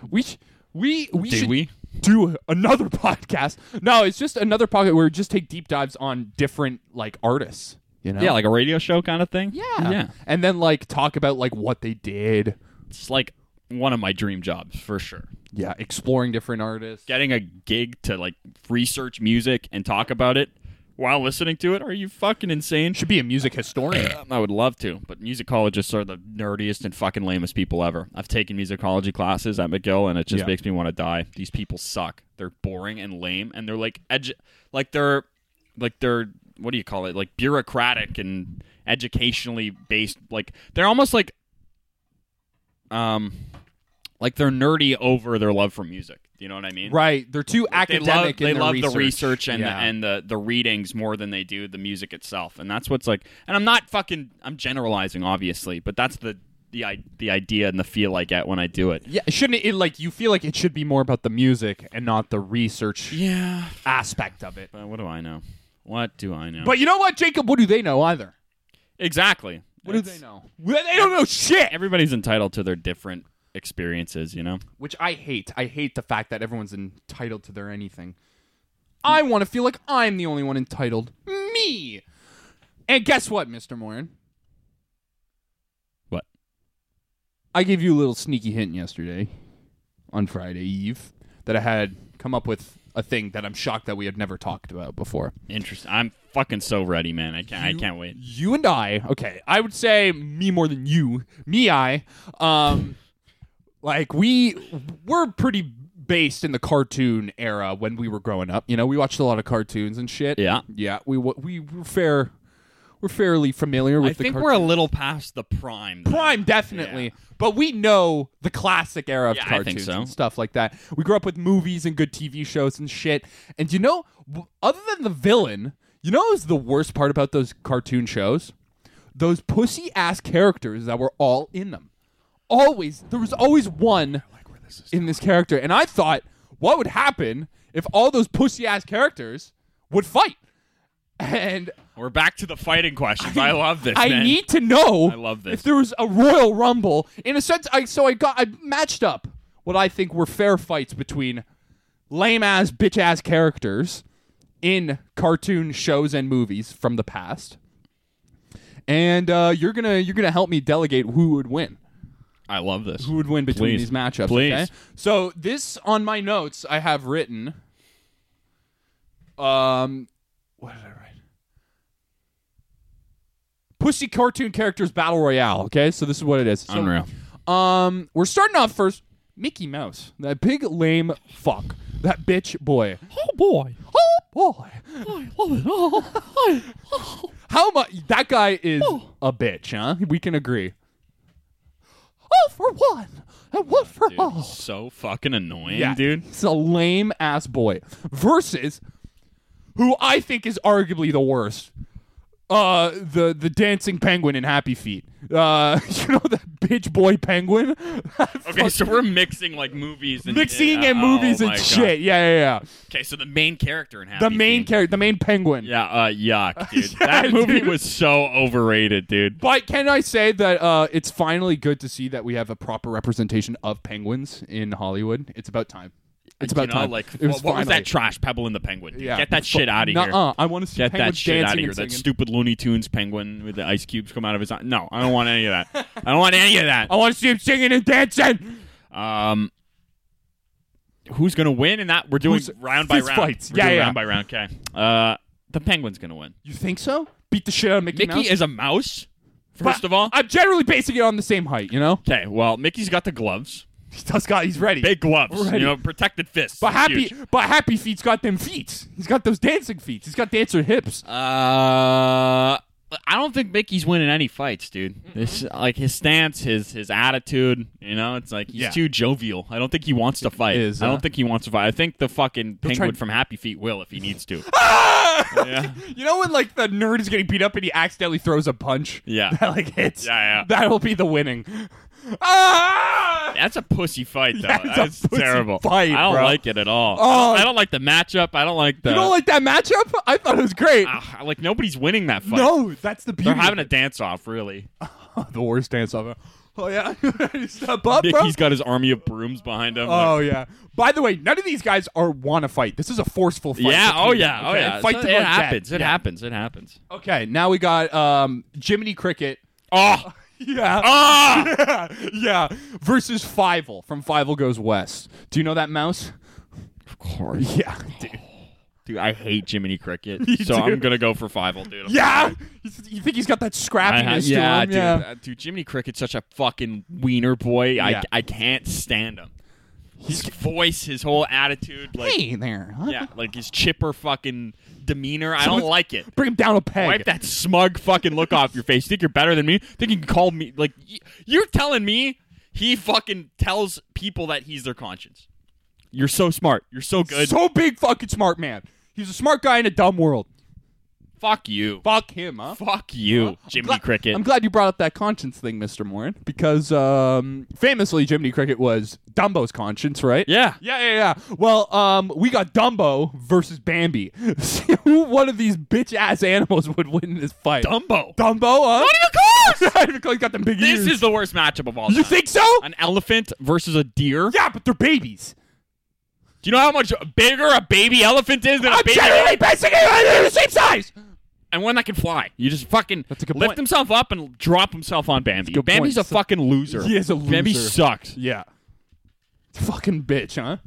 Speaker 1: We sh- we we
Speaker 2: Did
Speaker 1: should
Speaker 2: we?
Speaker 1: do another [LAUGHS] podcast. No, it's just another podcast where we just take deep dives on different like artists, you know?
Speaker 2: Yeah, like a radio show kind of thing.
Speaker 1: yeah.
Speaker 2: yeah.
Speaker 1: And then like talk about like what they did.
Speaker 2: It's like one of my dream jobs for sure.
Speaker 1: Yeah, exploring different artists.
Speaker 2: Getting a gig to like research music and talk about it while listening to it. Are you fucking insane?
Speaker 1: Should be a music historian.
Speaker 2: I would love to, but musicologists are the nerdiest and fucking lamest people ever. I've taken musicology classes at McGill, and it just
Speaker 1: Yeah.
Speaker 2: makes me want to die. These people suck. They're boring and lame, and they're like edu- like they're like they're what do you call it? Like bureaucratic and educationally based. Like they're almost like um like they're nerdy over their love for music. Do you know what I
Speaker 1: [CLEARS THROAT]
Speaker 2: mean?
Speaker 1: right. They're too
Speaker 2: They
Speaker 1: academic
Speaker 2: love,
Speaker 1: in
Speaker 2: they
Speaker 1: their
Speaker 2: love
Speaker 1: research.
Speaker 2: the research and
Speaker 1: Yeah.
Speaker 2: the, and the, the readings more than they do the music itself, and that's what's like. And I'm not fucking. I'm generalizing, obviously, but that's the the i- the idea and the feel I get when I do it.
Speaker 1: Yeah, shouldn't it like you feel like it should be more about the music and not the research
Speaker 2: Yeah,
Speaker 1: aspect of it.
Speaker 2: but what do I know? What do I know?
Speaker 1: But you know what, Jacob? What do they know either?
Speaker 2: exactly.
Speaker 1: What do
Speaker 2: It's-
Speaker 1: they know? Well, they don't know shit.
Speaker 2: Everybody's entitled to their different experiences, you know.
Speaker 1: Which I hate. I hate the fact that everyone's entitled to their anything. I want to feel like I'm the only one entitled. Me. And guess what, Mister Morin?
Speaker 2: What?
Speaker 1: I gave you a little sneaky hint yesterday, on Friday Eve, that I had come up with a thing that I'm shocked that we had never talked about before.
Speaker 2: Interesting. I'm fucking so ready, man. I can't.
Speaker 1: You-
Speaker 2: I can't wait.
Speaker 1: You and I, okay, I would say me more than you, me I, um, like we were pretty based in the cartoon era when we were growing up. You know, we watched a lot of cartoons and shit.
Speaker 2: Yeah.
Speaker 1: yeah, we wa- we were fair, we're fairly familiar with
Speaker 2: I
Speaker 1: the
Speaker 2: think
Speaker 1: cartoon.
Speaker 2: we're a little past the prime. though.
Speaker 1: prime definitely
Speaker 2: Yeah.
Speaker 1: but we know the classic era of
Speaker 2: Yeah, I think
Speaker 1: cartoons
Speaker 2: so.
Speaker 1: and stuff like that we grew up with movies and good tv shows and shit and you know w- other than the villain you know what was the worst part about those cartoon shows those pussy ass characters that were all in them always there was always one in this character and i thought what would happen if all those pussy ass characters would fight [LAUGHS] and
Speaker 2: We're back to the fighting questions. I, love this.
Speaker 1: I
Speaker 2: man.
Speaker 1: need to know.
Speaker 2: I love this.
Speaker 1: If there was a Royal Rumble, in a sense, I so I got I matched up what I think were fair fights between lame ass bitch ass characters in cartoon shows and movies from the past. And uh, you're gonna you're gonna help me delegate who would win.
Speaker 2: I love this.
Speaker 1: Who would win between these
Speaker 2: Please.
Speaker 1: matchups?
Speaker 2: Please.
Speaker 1: Okay. So this on my notes I have written. Um, what did I write? Pussy cartoon characters battle royale. Okay, so this is what it is. So,
Speaker 2: Unreal.
Speaker 1: Um, we're starting off first. Mickey Mouse, that big lame fuck, that bitch boy.
Speaker 2: Oh boy.
Speaker 1: Oh boy,
Speaker 2: I love it. Oh,
Speaker 1: how much that guy is a bitch, huh? We can agree. all for one and one for
Speaker 2: Dude,
Speaker 1: all.
Speaker 2: so fucking annoying,
Speaker 1: Yeah,
Speaker 2: dude.
Speaker 1: He's a lame ass boy. Versus who I think is arguably the worst. Uh, the the dancing penguin in Happy Feet. Uh, [LAUGHS] you know that bitch boy penguin. [LAUGHS]
Speaker 2: Okay, so we're mixing like movies and
Speaker 1: Mixing
Speaker 2: uh,
Speaker 1: and movies
Speaker 2: oh
Speaker 1: and
Speaker 2: my God.
Speaker 1: shit. Yeah, yeah, yeah.
Speaker 2: Okay, so the main character in Happy
Speaker 1: The main
Speaker 2: Feet.
Speaker 1: character, the main penguin.
Speaker 2: Yeah, uh,
Speaker 1: [LAUGHS]
Speaker 2: yuck, dude.
Speaker 1: Yeah,
Speaker 2: that movie
Speaker 1: dude.
Speaker 2: was so overrated, dude.
Speaker 1: But can I say that uh, it's finally good to see that we have a proper representation of penguins in Hollywood? It's about time. It's about
Speaker 2: you know,
Speaker 1: time.
Speaker 2: Like,
Speaker 1: It
Speaker 2: wha-
Speaker 1: was
Speaker 2: what, was
Speaker 1: finally.
Speaker 2: that trash? Pebble in the Penguin. Dude.
Speaker 1: Yeah.
Speaker 2: Get that shit out of here.
Speaker 1: Nuh-uh. I want to see
Speaker 2: Get
Speaker 1: penguins
Speaker 2: that shit
Speaker 1: dancing
Speaker 2: out of here.
Speaker 1: and
Speaker 2: That
Speaker 1: singing.
Speaker 2: stupid Looney Tunes penguin with the ice cubes come out of his eye. No, I don't want any of that. I don't want any of that.
Speaker 1: I want to see him singing and dancing.
Speaker 2: Um, who's gonna win? And that we're doing
Speaker 1: Who's-
Speaker 2: round by
Speaker 1: fist
Speaker 2: round.
Speaker 1: fights.
Speaker 2: We're
Speaker 1: Yeah,
Speaker 2: doing
Speaker 1: yeah.
Speaker 2: round by round. Okay. Uh, the penguin's gonna win.
Speaker 1: You think so? Beat the shit out of Mickey,
Speaker 2: Mickey
Speaker 1: Mouse?
Speaker 2: is a mouse.
Speaker 1: But
Speaker 2: First of all,
Speaker 1: I'm generally basing it on the same height, you know?
Speaker 2: okay. Well, Mickey's got the gloves.
Speaker 1: [LAUGHS] He does got he's ready.
Speaker 2: Big gloves.
Speaker 1: Already.
Speaker 2: You know, protected fists.
Speaker 1: but
Speaker 2: It's
Speaker 1: happy
Speaker 2: huge.
Speaker 1: but happy feet's got them feet. He's got those dancing feet. He's got dancer hips.
Speaker 2: Uh, I don't think Mickey's winning any fights, dude. This like his stance, his his attitude. You know, it's like he's
Speaker 1: Yeah.
Speaker 2: too jovial. I don't think he uh, wants to fight.
Speaker 1: is,
Speaker 2: I
Speaker 1: huh?
Speaker 2: don't think he wants to fight. I think the fucking
Speaker 1: try
Speaker 2: penguin
Speaker 1: and-
Speaker 2: from Happy Feet will if he needs [LAUGHS] to. yeah.
Speaker 1: You know when like the nerd is getting beat up and he accidentally throws a punch?
Speaker 2: [LAUGHS] Yeah.
Speaker 1: [LAUGHS] That like hits.
Speaker 2: Yeah, yeah.
Speaker 1: That'll be the [LAUGHS] winning. Ah!
Speaker 2: That's a pussy fight, though.
Speaker 1: Yeah, it's a
Speaker 2: That's
Speaker 1: pussy
Speaker 2: terrible.
Speaker 1: fight,
Speaker 2: I don't
Speaker 1: bro.
Speaker 2: like it at all.
Speaker 1: Oh.
Speaker 2: I don't like the matchup. I don't like the.
Speaker 1: You don't like that matchup? I thought it was great.
Speaker 2: Ah, like nobody's winning that fight.
Speaker 1: no, that's the beauty.
Speaker 2: They're
Speaker 1: of
Speaker 2: having a
Speaker 1: it.
Speaker 2: dance off, really.
Speaker 1: [LAUGHS] Uh, the worst dance ever. Oh yeah. [LAUGHS] Step up, bro.
Speaker 2: Mickey's got his army of brooms behind him.
Speaker 1: Oh yeah. By the way, none of these guys are want to fight. This is a forceful fight.
Speaker 2: yeah.
Speaker 1: between
Speaker 2: Oh
Speaker 1: them,
Speaker 2: yeah. Oh
Speaker 1: okay?
Speaker 2: yeah.
Speaker 1: Fight
Speaker 2: So
Speaker 1: to
Speaker 2: it
Speaker 1: the death.
Speaker 2: happens. It
Speaker 1: Yeah.
Speaker 2: happens. It
Speaker 1: [LAUGHS]
Speaker 2: happens.
Speaker 1: Okay, now we got um Jiminy
Speaker 2: [LAUGHS]
Speaker 1: Cricket.
Speaker 2: Oh.
Speaker 1: Yeah.
Speaker 2: Ah.
Speaker 1: [LAUGHS] yeah. Yeah. Versus Fivel from Fivel Goes West. Do you know that mouse?
Speaker 2: Of course.
Speaker 1: Yeah, dude.
Speaker 2: Dude, I hate Jiminy Cricket.
Speaker 1: [LAUGHS] Me
Speaker 2: so
Speaker 1: too.
Speaker 2: I'm gonna go for five. dude. I'm
Speaker 1: Yeah.
Speaker 2: sorry.
Speaker 1: You think he's got that
Speaker 2: I ha-
Speaker 1: scrappiness to
Speaker 2: yeah,
Speaker 1: him?
Speaker 2: dude. Uh, dude, Jiminy Cricket's such a fucking wiener boy.
Speaker 1: Yeah.
Speaker 2: I, I can't stand him. His voice, his whole attitude, like
Speaker 1: hey there. Huh?
Speaker 2: yeah, like his chipper fucking demeanor. I don't
Speaker 1: Someone's-
Speaker 2: like it.
Speaker 1: Bring him down a peg.
Speaker 2: Wipe that smug fucking look off your face. You think you're better than me? Think you can call me like y- you're telling me he fucking tells people that he's their conscience. You're so smart. You're so good.
Speaker 1: So big fucking smart man. He's a smart guy in a dumb world.
Speaker 2: Fuck you.
Speaker 1: Fuck him, huh?
Speaker 2: Fuck you, Jiminy
Speaker 1: Gla-
Speaker 2: Cricket.
Speaker 1: I'm glad you brought up that conscience thing, Mr. Morin, because um, famously Jiminy Cricket was Dumbo's conscience, right?
Speaker 2: yeah.
Speaker 1: Yeah, yeah, yeah. Well, um, we got Dumbo versus Bambi. [LAUGHS] See who one of these bitch ass animals would win in this fight?
Speaker 2: Dumbo.
Speaker 1: Dumbo, huh?
Speaker 2: What
Speaker 1: [LAUGHS]
Speaker 2: do you call
Speaker 1: Right, because he's got them big
Speaker 2: This
Speaker 1: ears.
Speaker 2: is the worst matchup of all
Speaker 1: you
Speaker 2: time.
Speaker 1: think so?
Speaker 2: An elephant versus a deer?
Speaker 1: yeah, but they're babies.
Speaker 2: Do you know how much bigger a baby elephant is than a
Speaker 1: I'm
Speaker 2: baby?
Speaker 1: generally basing it on they're the same size.
Speaker 2: and one that can fly. You just fucking
Speaker 1: That's a good
Speaker 2: lift
Speaker 1: point.
Speaker 2: himself up and drop himself on Bambi.
Speaker 1: good
Speaker 2: Bambi's
Speaker 1: point.
Speaker 2: a fucking loser.
Speaker 1: He is a
Speaker 2: Bambi
Speaker 1: loser.
Speaker 2: sucks.
Speaker 1: Yeah. Fucking bitch, huh?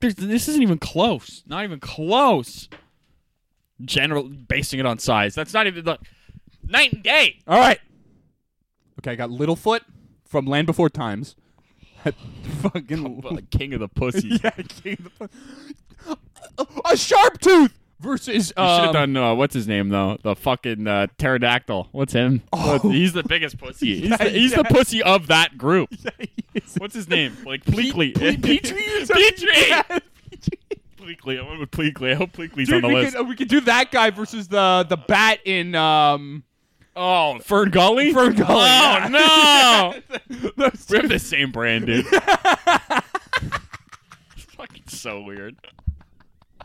Speaker 2: There's, this isn't even close. Not even close. General basing it on size. That's not even like night and [LAUGHS] day.
Speaker 1: All right. Okay, I got Littlefoot from Land Before Times. [LAUGHS] Fucking
Speaker 2: Well, the king of the [LAUGHS] pussies.
Speaker 1: [LAUGHS] yeah, King of the Fu- a, a sharp tooth versus
Speaker 2: You should have
Speaker 1: um,
Speaker 2: done uh, what's his name though? The fucking uh, pterodactyl. What's [LAUGHS] him? What- he's the [LAUGHS] biggest pussy. Oh. He's, the, he's [LAUGHS] the
Speaker 1: Yeah.
Speaker 2: pussy of that group. [LAUGHS] What's his name? Like Pleakley. [LAUGHS]
Speaker 1: Petrie or something? [LAUGHS] Yeah,
Speaker 2: Petrie.
Speaker 1: Petrie.
Speaker 2: [LAUGHS] Pleakley. I went with Pleakley. I hope Pleakley's
Speaker 1: Dude,
Speaker 2: on the
Speaker 1: we
Speaker 2: list.
Speaker 1: could, uh, we could do that guy versus the the bat in
Speaker 2: [LAUGHS]
Speaker 1: um
Speaker 2: Oh, Fern Gully?
Speaker 1: Fern Gully,
Speaker 2: Oh,
Speaker 1: yeah.
Speaker 2: [LAUGHS] no.
Speaker 1: those
Speaker 2: we
Speaker 1: two.
Speaker 2: have the same
Speaker 1: [LAUGHS]
Speaker 2: brand, dude. It's fucking so weird.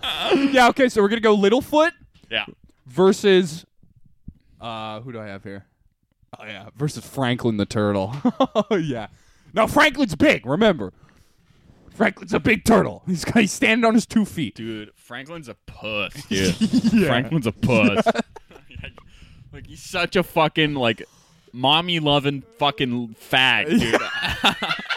Speaker 1: Yeah, okay, so we're gonna go Littlefoot
Speaker 2: Yeah.
Speaker 1: versus uh who do I have here? Oh yeah, versus Franklin the turtle. [LAUGHS] oh yeah. Now Franklin's big, remember. Franklin's a big turtle. He's, got- he's standing on his two feet.
Speaker 2: Dude, Franklin's a [LAUGHS] puss, dude.
Speaker 1: Yeah.
Speaker 2: Franklin's
Speaker 1: [LAUGHS]
Speaker 2: a puss. like he's such a fucking like mommy loving fucking fag, dude. [LAUGHS]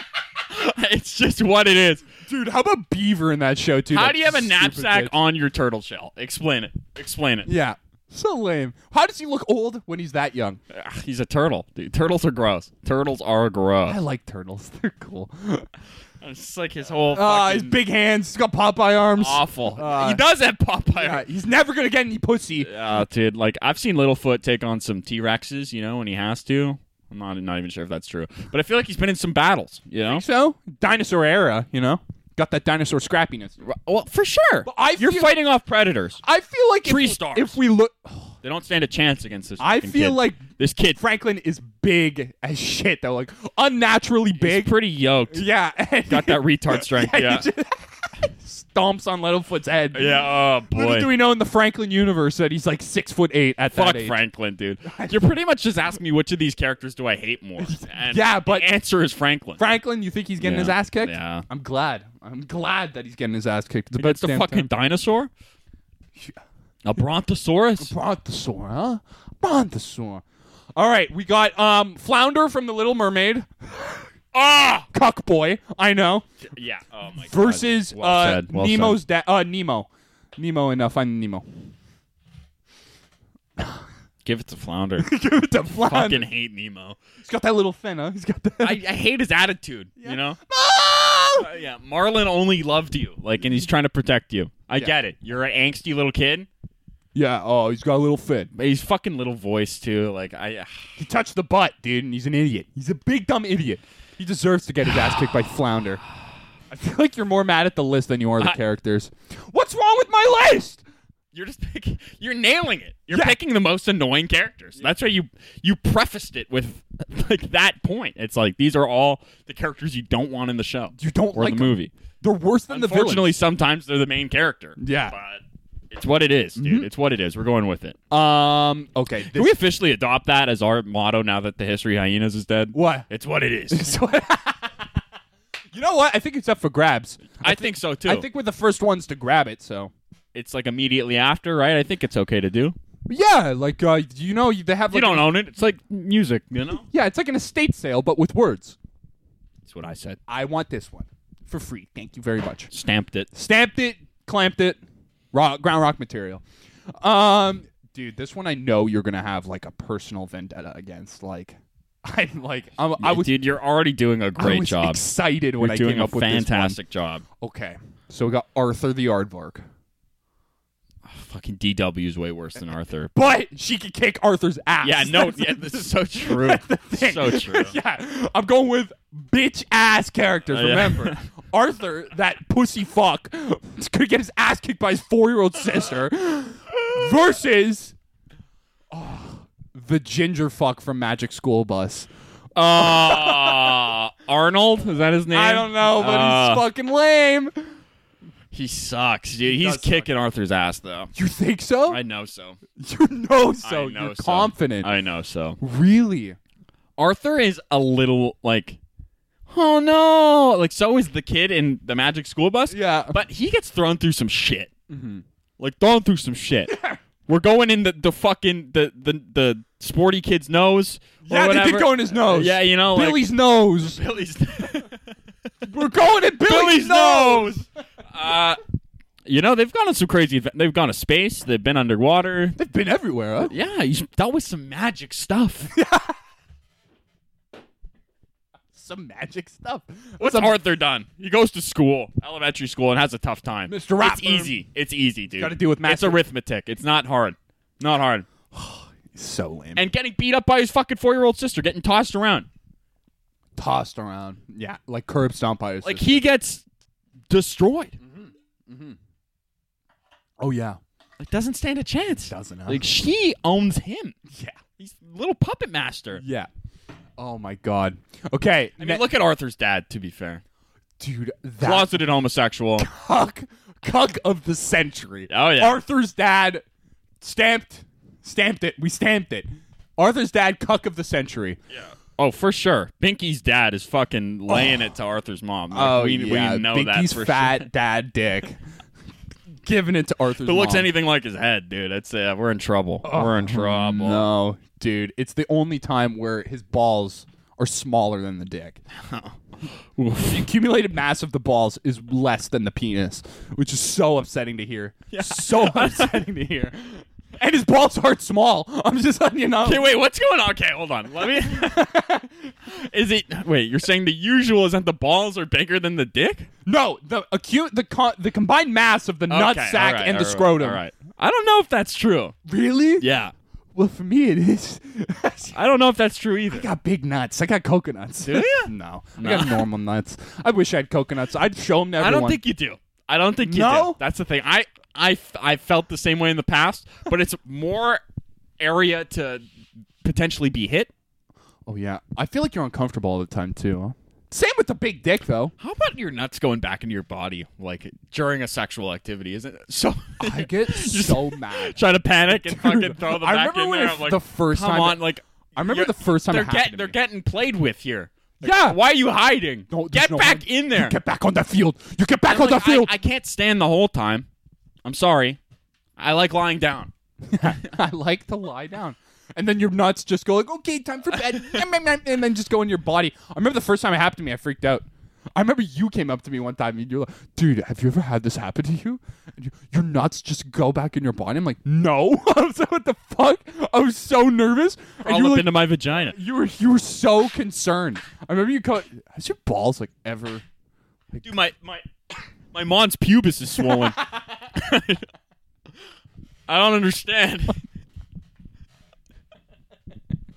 Speaker 2: it's just what it is.
Speaker 1: Dude, how about Beaver in that show too?
Speaker 2: How
Speaker 1: that
Speaker 2: do you have a
Speaker 1: stupid
Speaker 2: knapsack
Speaker 1: bitch?
Speaker 2: on your turtle shell? Explain it. Explain it.
Speaker 1: Yeah. So lame. How does he look old when he's that young?
Speaker 2: Ugh, he's a turtle, dude. Turtles are gross. Turtles are gross.
Speaker 1: I like turtles. [LAUGHS] They're cool.
Speaker 2: It's like his whole
Speaker 1: Ah, his
Speaker 2: fucking
Speaker 1: big hands. He's got Popeye arms.
Speaker 2: awful.
Speaker 1: Uh,
Speaker 2: he does have Popeye.
Speaker 1: Yeah, he's never gonna get any pussy.
Speaker 2: uh, Ah, dude, like I've seen Littlefoot take on some T Rexes, you know, when he has to. I'm not not even sure if that's true, but I feel like he's been in some battles. You know,
Speaker 1: So dinosaur era, you know, got that dinosaur scrappiness.
Speaker 2: well for sure.
Speaker 1: I
Speaker 2: You're
Speaker 1: feel-
Speaker 2: fighting off predators.
Speaker 1: I feel like
Speaker 2: Tree
Speaker 1: if,
Speaker 2: stars.
Speaker 1: If we look,
Speaker 2: They don't stand a chance against this.
Speaker 1: I
Speaker 2: fucking
Speaker 1: feel
Speaker 2: kid.
Speaker 1: like
Speaker 2: this kid
Speaker 1: Franklin is big as shit though, like unnaturally
Speaker 2: is
Speaker 1: big. [LAUGHS]
Speaker 2: pretty yoked.
Speaker 1: yeah, and-
Speaker 2: Got that retard strength.
Speaker 1: [LAUGHS] yeah,
Speaker 2: Yeah.
Speaker 1: he just [LAUGHS] stomps on Littlefoot's head.
Speaker 2: Yeah. Oh
Speaker 1: Little do
Speaker 2: boy.
Speaker 1: we know in the Franklin universe that he's like six foot eight at
Speaker 2: Fuck
Speaker 1: that age.
Speaker 2: Franklin, dude. [LAUGHS] You're pretty much just asking me which of these characters do I
Speaker 1: [LAUGHS]
Speaker 2: hate more. And
Speaker 1: Yeah, but-
Speaker 2: the answer is Franklin.
Speaker 1: Franklin, you think he's getting
Speaker 2: Yeah.
Speaker 1: his ass kicked?
Speaker 2: Yeah.
Speaker 1: I'm glad. I'm glad that he's getting his ass kicked. It's about
Speaker 2: That's the
Speaker 1: damn
Speaker 2: fucking
Speaker 1: time.
Speaker 2: dinosaur. A brontosaurus.
Speaker 1: Brontosaur, huh? Brontosaur. All right, we got um Flounder from The Little Mermaid. ah, cuck boy. I know.
Speaker 2: Yeah. Oh my god.
Speaker 1: Versus
Speaker 2: Well
Speaker 1: uh,
Speaker 2: said, well
Speaker 1: Nemo's dad. Uh, Nemo. Nemo and uh, Finding Nemo. [LAUGHS]
Speaker 2: Give it to Flounder.
Speaker 1: [LAUGHS] Give it to Flounder.
Speaker 2: Fucking
Speaker 1: [LAUGHS]
Speaker 2: hate Nemo.
Speaker 1: He's got that little fin, huh? He's got that.
Speaker 2: I, I hate his attitude.
Speaker 1: [LAUGHS]
Speaker 2: You know.
Speaker 1: Ah!
Speaker 2: Uh, yeah. Marlin only loved you, like, and he's trying to protect you. I get it. You're an angsty little kid,
Speaker 1: [LAUGHS] Yeah. Oh, he's got a little fin.
Speaker 2: but he's fucking little voice too. Like, I. [SIGHS]
Speaker 1: He touched the butt, dude, and he's an idiot. He's a big dumb idiot. He deserves to get his ass
Speaker 2: [SIGHS]
Speaker 1: kicked by Flounder. I feel like you're more mad at the list than you are the
Speaker 2: I-
Speaker 1: characters. What's wrong with my list?
Speaker 2: You're just picking. You're nailing it. You're
Speaker 1: Yeah.
Speaker 2: picking the most annoying characters. That's why you you prefaced it with [LAUGHS] like that point. It's like these are all the characters you don't want in the show.
Speaker 1: You don't
Speaker 2: or
Speaker 1: like
Speaker 2: the
Speaker 1: them.
Speaker 2: movie.
Speaker 1: They're worse than the
Speaker 2: Unfortunately,
Speaker 1: villains.
Speaker 2: sometimes they're the main character.
Speaker 1: Yeah.
Speaker 2: but it's what it is, dude. It's what it is. We're going with it.
Speaker 1: Um. Okay.
Speaker 2: Can
Speaker 1: This,
Speaker 2: we officially adopt that as our motto now that the history hyenas is dead?
Speaker 1: [LAUGHS] what?
Speaker 2: It's what it is.
Speaker 1: So- you know what? I think it's up for grabs.
Speaker 2: I think so
Speaker 1: [LAUGHS]
Speaker 2: too.
Speaker 1: I think we're the first ones to grab it. So.
Speaker 2: it's like immediately after, right? I think it's okay to do.
Speaker 1: Yeah, like uh, you know, they have
Speaker 2: You
Speaker 1: like
Speaker 2: don't own it. It's like music, you know.
Speaker 1: yeah, it's like an estate sale, but with words.
Speaker 2: That's what I said.
Speaker 1: I want this one for free. Thank you very much.
Speaker 2: Stamped it.
Speaker 1: stamped it, clamped it, rock, ground rock material. Um, dude, this one I know you're gonna have like a personal vendetta against. Like, [LAUGHS] I'm like, I'm, I was,
Speaker 2: dude. You're already doing a
Speaker 1: I
Speaker 2: great
Speaker 1: was
Speaker 2: job.
Speaker 1: excited when
Speaker 2: You're
Speaker 1: I
Speaker 2: doing
Speaker 1: came
Speaker 2: a
Speaker 1: up with
Speaker 2: fantastic job.
Speaker 1: this one. Okay, so we got Arthur the Aardvark,
Speaker 2: Fucking DW is way worse than Arthur.
Speaker 1: [LAUGHS] but she could kick Arthur's ass.
Speaker 2: Yeah, no, yeah, this is
Speaker 1: [LAUGHS]
Speaker 2: so true.
Speaker 1: thing.
Speaker 2: so true.
Speaker 1: [LAUGHS] yeah, I'm going with bitch ass characters.
Speaker 2: yeah. [LAUGHS]
Speaker 1: Remember, Arthur, that pussy fuck, [LAUGHS] could get his ass kicked by his four year old
Speaker 2: [LAUGHS]
Speaker 1: sister, versus oh, the ginger fuck from Magic School Bus.
Speaker 2: Uh, Arnold is that his name?
Speaker 1: I don't know, but
Speaker 2: Uh,
Speaker 1: he's fucking lame.
Speaker 2: he sucks, dude. He's
Speaker 1: does suck.
Speaker 2: kicking Arthur's ass though.
Speaker 1: You think so?
Speaker 2: I know so.
Speaker 1: [LAUGHS] you know so.
Speaker 2: I know
Speaker 1: You're
Speaker 2: so.
Speaker 1: confident.
Speaker 2: I know so.
Speaker 1: really?
Speaker 2: Arthur is a little like, oh no, like so is the kid in the Magic School Bus.
Speaker 1: Yeah. Mm-hmm.
Speaker 2: but he gets thrown through some shit. Like thrown through some shit. We're going in the, the fucking the, the the sporty kid's nose. or
Speaker 1: yeah, they
Speaker 2: whatever.
Speaker 1: did go in his nose.
Speaker 2: Yeah, you know, like-
Speaker 1: Billy's nose.
Speaker 2: [LAUGHS] Billy's
Speaker 1: [LAUGHS] We're going at Billy's,
Speaker 2: Billy's
Speaker 1: nose.
Speaker 2: nose. uh, you know they've gone on some crazy. adve- They've gone to space. They've been underwater.
Speaker 1: They've been everywhere, huh?
Speaker 2: Yeah, you dealt with some
Speaker 1: [LAUGHS]
Speaker 2: magic stuff.
Speaker 1: Some magic stuff.
Speaker 2: What's
Speaker 1: Some-
Speaker 2: Arthur done? He goes to school, elementary school, and has a tough time.
Speaker 1: Mr. Ratburn.
Speaker 2: It's easy. It's easy, dude.
Speaker 1: Gotta deal with math.
Speaker 2: It's arithmetic. It's not hard. Not hard.
Speaker 1: so lame.
Speaker 2: And getting beat up by his fucking four year old sister, getting tossed around.
Speaker 1: tossed around. Yeah, like curb stomped by his
Speaker 2: Like
Speaker 1: sister.
Speaker 2: he gets destroyed.
Speaker 1: Oh yeah,
Speaker 2: Like doesn't stand a chance.
Speaker 1: doesn't huh?
Speaker 2: Like she owns him.
Speaker 1: yeah,
Speaker 2: He's little puppet master.
Speaker 1: yeah. Oh my god. Okay,
Speaker 2: I
Speaker 1: ne-
Speaker 2: mean, look at Arthur's dad. To be fair,
Speaker 1: dude, that
Speaker 2: closeted homosexual.
Speaker 1: cuck, cuck of the century.
Speaker 2: Oh, yeah.
Speaker 1: Arthur's dad stamped, stamped it. We stamped it. Arthur's dad, cuck of the century.
Speaker 2: Oh, for sure. Binky's dad is fucking laying it to Arthur's mom. Like, we, we know
Speaker 1: Oh. Binky's
Speaker 2: that for sure.
Speaker 1: fat dad [LAUGHS] dick, giving it to Arthur's.
Speaker 2: If it looks
Speaker 1: mom. Oh,
Speaker 2: anything like his head, dude, that's uh, we're in trouble. we're in trouble.
Speaker 1: No,
Speaker 2: [LAUGHS]
Speaker 1: dude, it's the only time where his balls are smaller than the dick.
Speaker 2: [LAUGHS] Oof.
Speaker 1: The accumulated mass of the balls is less than the penis, which is so upsetting to
Speaker 2: [LAUGHS]
Speaker 1: hear. So upsetting to hear. And his balls aren't small. [LAUGHS] I'm just letting you know.
Speaker 2: Okay, wait, what's going on? Okay, hold on. Let me. [LAUGHS] is it? Wait, you're saying the usual is that the balls are bigger than the dick?
Speaker 1: No, the acute the con- the combined mass of the nut
Speaker 2: Okay,
Speaker 1: sack
Speaker 2: all right,
Speaker 1: and the
Speaker 2: all right,
Speaker 1: scrotum.
Speaker 2: All right. I don't know if that's true.
Speaker 1: Really?
Speaker 2: Yeah.
Speaker 1: Well, for me, it is. [LAUGHS]
Speaker 2: I don't know if that's true
Speaker 1: I
Speaker 2: either.
Speaker 1: got big nuts. I got coconuts.
Speaker 2: Do ya?
Speaker 1: [LAUGHS] no, I
Speaker 2: No.
Speaker 1: got normal nuts. I wish I had coconuts. I'd show them to
Speaker 2: I
Speaker 1: everyone.
Speaker 2: don't think you do. I don't think you
Speaker 1: No?
Speaker 2: do. That's the thing. I, I, I felt the same way in the past, [LAUGHS] but it's more area to potentially be hit.
Speaker 1: Oh yeah, I feel like you're uncomfortable all the time too. Huh? Same with the big dick though.
Speaker 2: How about your nuts going back into your body like during a sexual activity? Isn't it? so?
Speaker 1: [LAUGHS] [LAUGHS]
Speaker 2: [LAUGHS]
Speaker 1: I get so mad.
Speaker 2: try to panic and fucking
Speaker 1: Dude,
Speaker 2: throw them
Speaker 1: I
Speaker 2: back
Speaker 1: remember
Speaker 2: in
Speaker 1: when
Speaker 2: there.
Speaker 1: it-
Speaker 2: I'm like,
Speaker 1: the first
Speaker 2: come
Speaker 1: time
Speaker 2: on,
Speaker 1: it-
Speaker 2: like
Speaker 1: I remember
Speaker 2: you're-
Speaker 1: the first time
Speaker 2: they're
Speaker 1: it happened
Speaker 2: get-
Speaker 1: to
Speaker 2: they're
Speaker 1: me.
Speaker 2: getting played with here. Like,
Speaker 1: Yeah.
Speaker 2: why are you hiding?
Speaker 1: No, there's
Speaker 2: get
Speaker 1: no
Speaker 2: back
Speaker 1: one-
Speaker 2: in there.
Speaker 1: You [LAUGHS] get back on the field. You get back
Speaker 2: I'm
Speaker 1: on
Speaker 2: like,
Speaker 1: the field.
Speaker 2: I, I can't stand the whole time. I'm sorry. I like lying down.
Speaker 1: [LAUGHS] I like to lie down. And then your nuts just go like, okay, time for [LAUGHS] bed, Nom, nom, nom, and then just go in your body. I remember the first time it happened to me, I freaked out. I remember you came up to me one time and you're like, dude, have you ever had this happen to you? And you your nuts just go back in your body. I'm like, no. [LAUGHS] I was like, what the fuck? I was so nervous. And
Speaker 2: All
Speaker 1: you
Speaker 2: up
Speaker 1: were, like,
Speaker 2: into my vagina.
Speaker 1: you were you were so concerned. I remember you co- has your balls like ever
Speaker 2: Dude, my my my mom's pubis is swollen. I don't understand.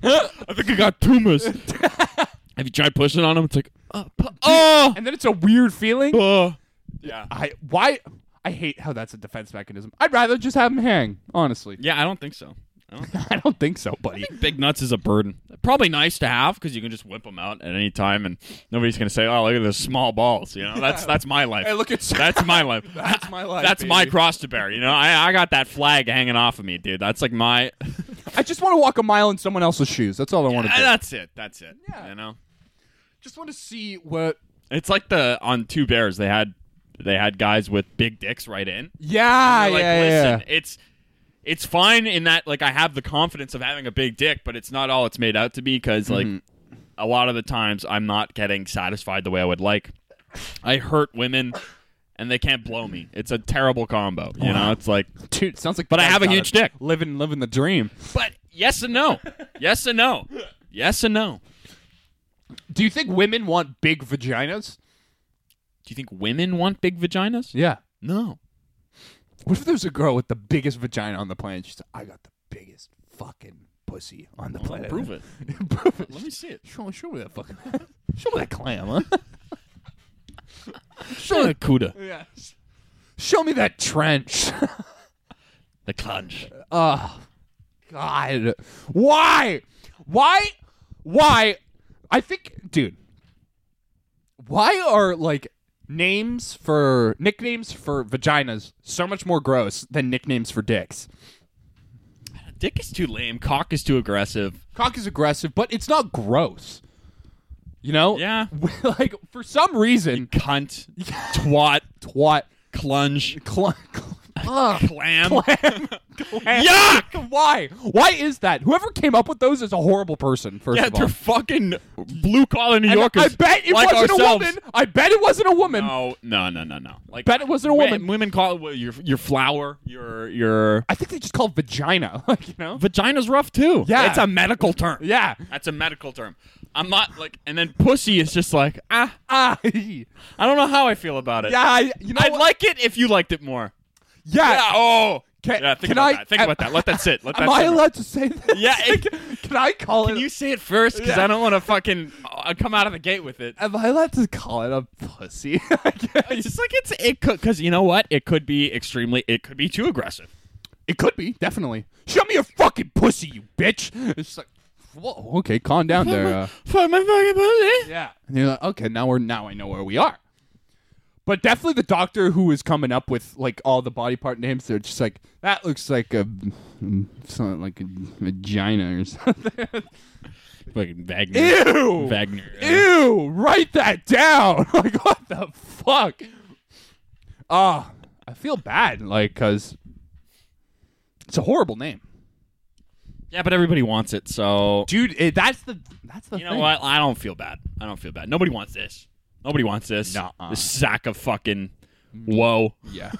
Speaker 2: I think I got tumors. Have you tried pushing on them? It's like, uh, pu- oh,
Speaker 1: and then it's a weird feeling.
Speaker 2: uh. yeah,
Speaker 1: I why I hate how that's a defense mechanism. I'd rather just have them hang, honestly.
Speaker 2: yeah. I don't think so. I
Speaker 1: [LAUGHS]
Speaker 2: don't
Speaker 1: I don't think so, buddy.
Speaker 2: think big nuts is a burden. Probably nice to have because you can just whip them out at any time, and nobody's gonna say, "Oh, look at those small balls." You know, that's that's my life.
Speaker 1: look at
Speaker 2: That's my life.
Speaker 1: [LAUGHS] That's my life,
Speaker 2: That's my
Speaker 1: baby.
Speaker 2: cross to bear. You know, I, I got that flag hanging off of me, dude. That's like my. [LAUGHS]
Speaker 1: I just want to walk a mile in someone else's shoes. That's all I want to do.
Speaker 2: that's it. That's it.
Speaker 1: Yeah.
Speaker 2: You know,
Speaker 1: just want to see what.
Speaker 2: it's like the on two bears they had they had guys with big dicks right in.
Speaker 1: Yeah,
Speaker 2: They're like,
Speaker 1: Ah, yeah,
Speaker 2: listen,
Speaker 1: yeah.
Speaker 2: it's it's fine in that like I have the confidence of having a big dick, but it's not all it's made out to be because like
Speaker 1: Mm-hmm.
Speaker 2: a lot of the times I'm not getting satisfied the way I would like. I hurt women. And they can't blow me. It's a terrible combo. You know, it's like
Speaker 1: Dude, sounds like.
Speaker 2: But I have a
Speaker 1: Got
Speaker 2: huge
Speaker 1: it.
Speaker 2: dick.
Speaker 1: Living, living the dream.
Speaker 2: But yes and no. yes and no. Yes and no.
Speaker 1: Do you think women want big vaginas?
Speaker 2: Do you think women want big vaginas?
Speaker 1: Yeah.
Speaker 2: No.
Speaker 1: What if there's a girl with the biggest vagina on the planet? She's like, I got the biggest fucking pussy on the planet.
Speaker 2: Prove it.
Speaker 1: [LAUGHS] Prove it.
Speaker 2: Let me see it.
Speaker 1: Show, show me that [LAUGHS] fucking. show me that clam, huh?
Speaker 2: Show the cuda.
Speaker 1: yes. [LAUGHS] Show me that trench. [LAUGHS]
Speaker 2: The clunge.
Speaker 1: Oh, God. Why? Why? Why? I think, dude, why are like names for nicknames for vaginas so much more gross than nicknames for dicks?
Speaker 2: Dick is too lame. Cock is too aggressive.
Speaker 1: Cock is aggressive, but it's not gross. You know?
Speaker 2: Yeah.
Speaker 1: [LAUGHS] like, for some reason, [LAUGHS]
Speaker 2: Cunt. Twat.
Speaker 1: twat,
Speaker 2: Clunge.
Speaker 1: cl- cl- ugh,
Speaker 2: Clam. [LAUGHS]
Speaker 1: clam, clam.
Speaker 2: Yuck!
Speaker 1: Why? Why is that? Whoever came up with those is a horrible person, first
Speaker 2: Yeah,
Speaker 1: of all.
Speaker 2: they're fucking blue collar New
Speaker 1: And
Speaker 2: Yorkers.
Speaker 1: I bet it
Speaker 2: like
Speaker 1: wasn't
Speaker 2: ourselves.
Speaker 1: a woman. I bet it wasn't a woman.
Speaker 2: No, no, no, no, no. Like
Speaker 1: Bet it wasn't a
Speaker 2: wi-
Speaker 1: woman.
Speaker 2: Women call it well, your your flower, your your
Speaker 1: I think they just call it vagina, [LAUGHS] like you know.
Speaker 2: vagina's rough too.
Speaker 1: Yeah.
Speaker 2: it's a medical term.
Speaker 1: Yeah.
Speaker 2: That's a medical term. I'm not like, and then pussy is just like, ah,
Speaker 1: Ah. yeah.
Speaker 2: I don't know how I feel about it.
Speaker 1: I, you know.
Speaker 2: I'd
Speaker 1: what?
Speaker 2: like it if you liked it more.
Speaker 1: Yeah.
Speaker 2: Yeah. Oh.
Speaker 1: Can-
Speaker 2: yeah. Think
Speaker 1: can
Speaker 2: about
Speaker 1: I-
Speaker 2: that. Think about that. Let that sit. Let
Speaker 1: [LAUGHS]
Speaker 2: that
Speaker 1: Am I
Speaker 2: simmer.
Speaker 1: allowed to say this?
Speaker 2: Yeah,
Speaker 1: Like, [LAUGHS] can I call
Speaker 2: Can
Speaker 1: it?
Speaker 2: you say it first? Because
Speaker 1: Yeah.
Speaker 2: I don't want to fucking uh, come out of the gate with
Speaker 1: [LAUGHS]
Speaker 2: it.
Speaker 1: am I allowed to call it a pussy? [LAUGHS]
Speaker 2: It's just like it's it could because you know what? It could be extremely. It could be too aggressive.
Speaker 1: it could be, definitely. Show me your fucking pussy, you bitch. It's like, whoa. Okay, calm down there. Uh,
Speaker 2: For my fucking pussy.
Speaker 1: Yeah. And you're like, okay, now we're now I know where we are. But definitely the doctor who is coming up with like all the body part names, they're just like that looks like a mm, something like a vagina or something.
Speaker 2: Fucking Wagner.
Speaker 1: [LAUGHS] Ew.
Speaker 2: Wagner. uh,
Speaker 1: Ew. Write that down. [LAUGHS] like what the fuck? Ah, I feel bad, like, cause it's a horrible name,
Speaker 2: yeah, but everybody wants it. So
Speaker 1: dude. It, that's the that's the
Speaker 2: you
Speaker 1: thing.
Speaker 2: know what? I don't feel bad. I don't feel bad. Nobody wants this. Nobody wants this.
Speaker 1: Nuh-uh.
Speaker 2: This sack of fucking whoa.
Speaker 1: Yeah.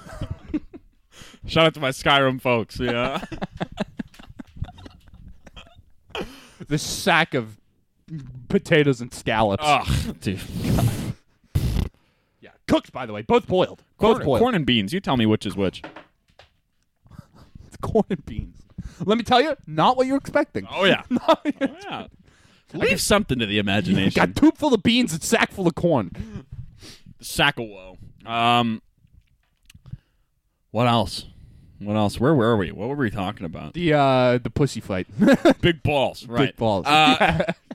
Speaker 2: Shout out to my Skyrim folks. [LAUGHS] Yeah.
Speaker 1: [LAUGHS] the sack of potatoes and scallops.
Speaker 2: Ugh, dude.
Speaker 1: Yeah, cooked by the way, both boiled, both
Speaker 2: Both
Speaker 1: boiled.
Speaker 2: corn and beans. You tell me which is which.
Speaker 1: It's corn and beans. Let me tell you, not what you're expecting. [LAUGHS]
Speaker 2: Oh yeah.
Speaker 1: Not what you're
Speaker 2: Oh, yeah. Leave something to the
Speaker 1: You
Speaker 2: imagination.
Speaker 1: got tube full of beans and sack full of corn.
Speaker 2: sack of woe. Um, what else? What else? Where were we? What were we talking about?
Speaker 1: The uh, the pussy fight. [LAUGHS]
Speaker 2: Big balls, right?
Speaker 1: balls.
Speaker 2: Uh,
Speaker 1: [LAUGHS]
Speaker 2: [LAUGHS]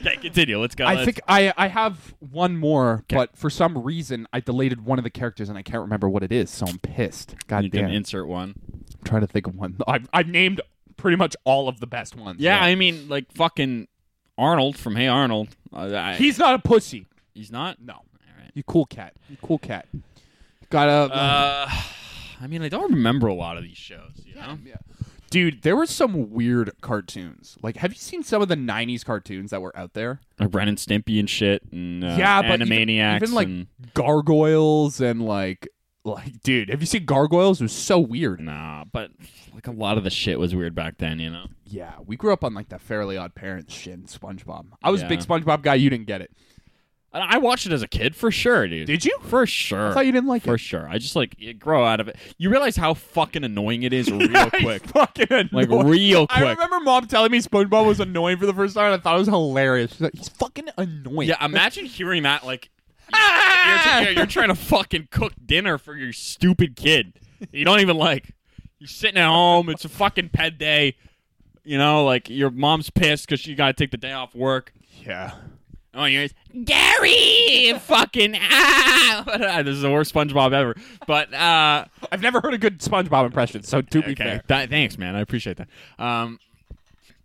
Speaker 2: Okay, continue. Let's go.
Speaker 1: I
Speaker 2: Let's-
Speaker 1: think I I have one more, but for some reason I deleted one of the characters and I can't remember what it is, so I'm pissed. God
Speaker 2: you
Speaker 1: damn,
Speaker 2: can insert one.
Speaker 1: I'm trying to think of one. I've I've named pretty much all of the best ones.
Speaker 2: Yeah, I mean, like fucking Arnold from Hey Arnold. Uh, I,
Speaker 1: he's not a pussy.
Speaker 2: he's not.
Speaker 1: No,
Speaker 2: All right.
Speaker 1: you cool cat. You cool cat. Got a
Speaker 2: Uh, I mean, I don't remember a lot of these shows. You know?
Speaker 1: Yeah. Dude, there were some weird cartoons. Like, have you seen some of the '90s cartoons that were out there?
Speaker 2: Like Ren and Stimpy and shit, and uh,
Speaker 1: yeah, but even-
Speaker 2: Animaniacs,
Speaker 1: even, like
Speaker 2: and-
Speaker 1: gargoyles and like, like, dude, have you seen gargoyles? It was so weird.
Speaker 2: nah. But like a lot of the shit was weird back then, you know.
Speaker 1: Yeah, we grew up on like the Fairly Odd Parents shit, and SpongeBob. I was a big
Speaker 2: Yeah.
Speaker 1: SpongeBob guy. You didn't get it,
Speaker 2: I I watched it as a kid for sure, dude.
Speaker 1: did you?
Speaker 2: For sure.
Speaker 1: I thought you didn't like
Speaker 2: for
Speaker 1: it.
Speaker 2: sure. I just like you grow out of it. You realize how fucking annoying it is
Speaker 1: [LAUGHS]
Speaker 2: real quick.
Speaker 1: fucking
Speaker 2: Like
Speaker 1: annoying.
Speaker 2: real quick.
Speaker 1: I remember mom telling me SpongeBob was annoying for the first time, and I thought it was hilarious. She's like, he's fucking annoying.
Speaker 2: yeah, imagine hearing that like you're,
Speaker 1: Ah!
Speaker 2: you're- you're trying to fucking cook dinner for your stupid kid. You don't even like you're sitting at home, it's a fucking pet day. You know, like your mom's pissed cuz she got to take the day off work.
Speaker 1: yeah.
Speaker 2: Oh, you're Gary fucking [LAUGHS] ah. This is the worst SpongeBob ever. But uh
Speaker 1: I've never heard a good SpongeBob impression, so to be fair,
Speaker 2: Th- thanks, man. I appreciate that. Um,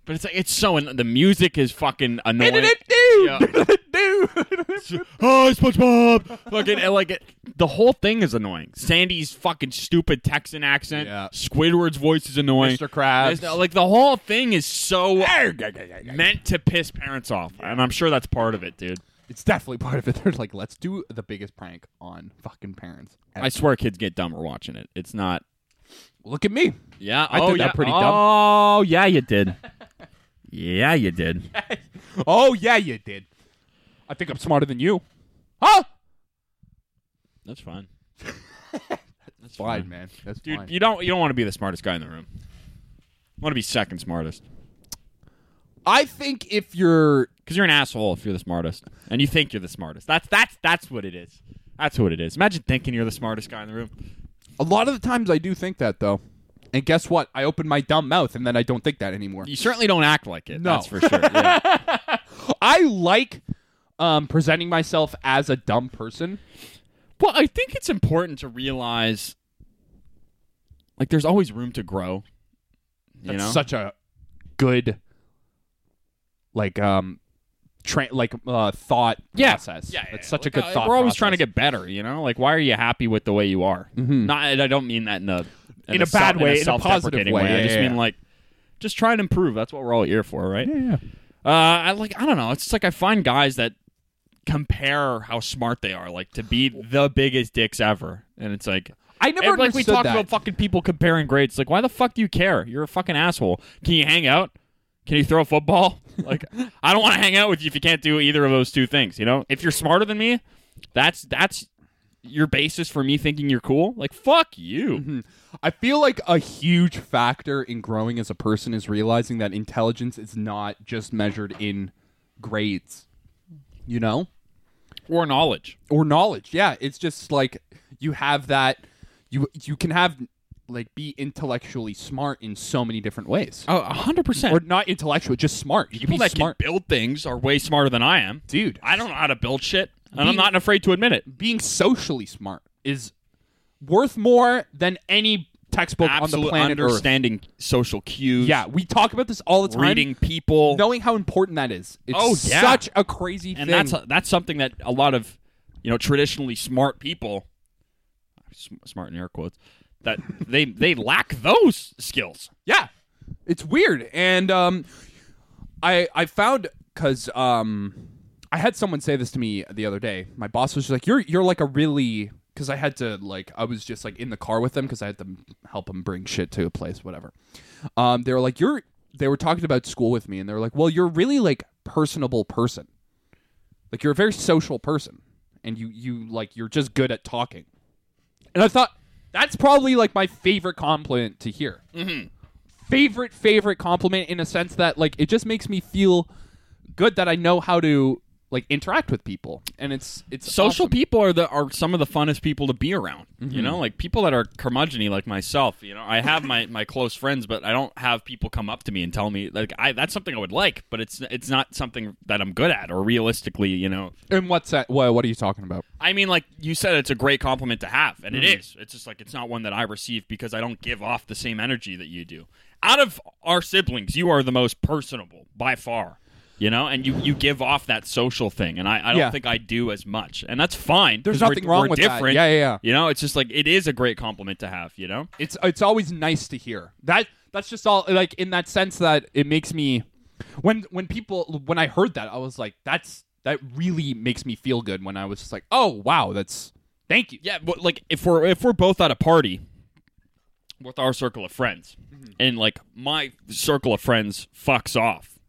Speaker 2: but it's like it's so an- the music is fucking annoying.
Speaker 1: [LAUGHS]
Speaker 2: Yeah.
Speaker 1: dude.
Speaker 2: Hi, SpongeBob. fucking and like it, the whole thing is annoying. Sandy's fucking stupid Texan accent.
Speaker 1: Yeah.
Speaker 2: Squidward's voice is annoying.
Speaker 1: Mr.
Speaker 2: There's
Speaker 1: Krabs.
Speaker 2: no- like the whole thing is so
Speaker 1: Man,
Speaker 2: meant to piss parents off, and I'm sure that's part of it, dude.
Speaker 1: it's definitely part of it. They're like, let's do the biggest prank on fucking parents.
Speaker 2: I swear, kids get dumber watching it. It's not.
Speaker 1: Look at me.
Speaker 2: Yeah,
Speaker 1: I
Speaker 2: oh,
Speaker 1: did that
Speaker 2: yeah.
Speaker 1: pretty
Speaker 2: oh,
Speaker 1: dumb.
Speaker 2: yeah, you [LAUGHS] did. yeah, you did.
Speaker 1: Oh yeah, you did. I think I'm smarter than you. Huh?
Speaker 2: That's fine. That's
Speaker 1: Fine, man. That's
Speaker 2: Dude,
Speaker 1: fine.
Speaker 2: you don't you don't want to be the smartest guy in the room. You want to be second smartest.
Speaker 1: I think if you're
Speaker 2: Cuz you're an asshole if you're the smartest and you think you're the smartest. That's that's that's what it is. That's what it is. Imagine thinking you're the smartest guy in the room.
Speaker 1: a lot of the times I do think that though. And guess what? I open my dumb mouth and then I don't think that anymore.
Speaker 2: You certainly don't act like it.
Speaker 1: No.
Speaker 2: That's for sure.
Speaker 1: [LAUGHS]
Speaker 2: Yeah.
Speaker 1: I like um, presenting myself as a dumb person.
Speaker 2: well, I think it's important to realize like there's always room to grow. You
Speaker 1: That's
Speaker 2: know?
Speaker 1: such a good like um tra- like uh thought
Speaker 2: Yeah.
Speaker 1: process.
Speaker 2: Yeah, yeah,
Speaker 1: That's
Speaker 2: yeah.
Speaker 1: such
Speaker 2: Like,
Speaker 1: a good
Speaker 2: uh,
Speaker 1: thought.
Speaker 2: We're always trying to get better, you know. Like, why are you happy with the way you are?
Speaker 1: Mhm.
Speaker 2: Not, and I don't mean that in a
Speaker 1: In a bad way, in a
Speaker 2: self-
Speaker 1: positive
Speaker 2: self-deprecating
Speaker 1: way.
Speaker 2: I
Speaker 1: Yeah,
Speaker 2: just
Speaker 1: yeah,
Speaker 2: mean
Speaker 1: yeah.
Speaker 2: like, just try and improve. That's what we're all here for, right?
Speaker 1: yeah,
Speaker 2: Uh, I like, I don't know. It's just like I find guys that compare how smart they are, like to be the biggest dicks ever, and it's like.
Speaker 1: I never
Speaker 2: and, like we
Speaker 1: understood
Speaker 2: talked
Speaker 1: that.
Speaker 2: about fucking people comparing grades. Like, why the fuck do you care? You're a fucking asshole. Can you hang out? Can you throw a football? [LAUGHS] Like, I don't want to hang out with you if you can't do either of those two things. You know, if you're smarter than me, that's that's your basis for me thinking you're cool. Like, fuck you.
Speaker 1: Mm-hmm. I feel like a huge factor in growing as a person is realizing that intelligence is not just measured in grades, you know,
Speaker 2: or knowledge.
Speaker 1: or knowledge. Yeah, it's just like you have that you you can have like be intellectually smart in so many different ways.
Speaker 2: Oh, hundred percent.
Speaker 1: Or not intellectual, just smart. You can
Speaker 2: People
Speaker 1: be
Speaker 2: that
Speaker 1: smart,
Speaker 2: can build things are way smarter than I am.
Speaker 1: dude.
Speaker 2: I don't know how to build shit, and I'm
Speaker 1: Being-
Speaker 2: not afraid to admit it.
Speaker 1: being socially smart is worth more than any textbook on
Speaker 2: Absolute
Speaker 1: the planet Earth.
Speaker 2: understanding social cues.
Speaker 1: Yeah, we talk about this all the time.
Speaker 2: reading people.
Speaker 1: knowing how important that is. It's
Speaker 2: Oh, yeah.
Speaker 1: such a crazy
Speaker 2: and
Speaker 1: thing.
Speaker 2: that's that's something that a lot of you know traditionally smart people sm- smart in air quotes that they they lack those skills
Speaker 1: yeah, it's weird. And um, I I found because um, I had someone say this to me the other day. My boss was just like, "You're you're like a really." Because I had to like, I was just like in the car with them because I had to help them bring shit to a place, whatever. Um, they were like, "You're." They were talking about school with me, and they were like, "Well, you're really like personable person. Like you're a very social person, and you you like you're just good at talking." And I thought that's probably like my favorite compliment to hear. favorite favorite compliment in a sense that like it just makes me feel good that I know how to like interact with people, and it's it's
Speaker 2: Social
Speaker 1: awesome.
Speaker 2: people are the are some of the funnest people to be around. You know, like people that are curmudgeony like myself. You know, I have my my close friends, but I don't have people come up to me and tell me like I that's something I would like, but it's it's not something that I'm good at or realistically, you know.
Speaker 1: And what's that? What, what are you talking about?
Speaker 2: I mean, like you said, it's a great compliment to have, and it
Speaker 1: Mm-hmm.
Speaker 2: is. It's just like it's not one that I receive because I don't give off the same energy that you do. Out of our siblings, you are the most personable by far, you know, and you, you give off that social thing, and I, I don't
Speaker 1: Yeah.
Speaker 2: think I do as much, and that's fine.
Speaker 1: There's
Speaker 2: 'cause we're-
Speaker 1: nothing wrong
Speaker 2: we're
Speaker 1: with that.
Speaker 2: different.
Speaker 1: Yeah, yeah, yeah.
Speaker 2: You know, it's just like it is a great compliment to have. You know,
Speaker 1: it's it's always nice to hear that that's just all like in that sense that it makes me when when people when i heard that i was like that's that really makes me feel good when i was just like oh wow that's thank you
Speaker 2: yeah, but like if we're if we're both at a party with our circle of friends,
Speaker 1: Mm-hmm.
Speaker 2: and like my circle of friends fucks off,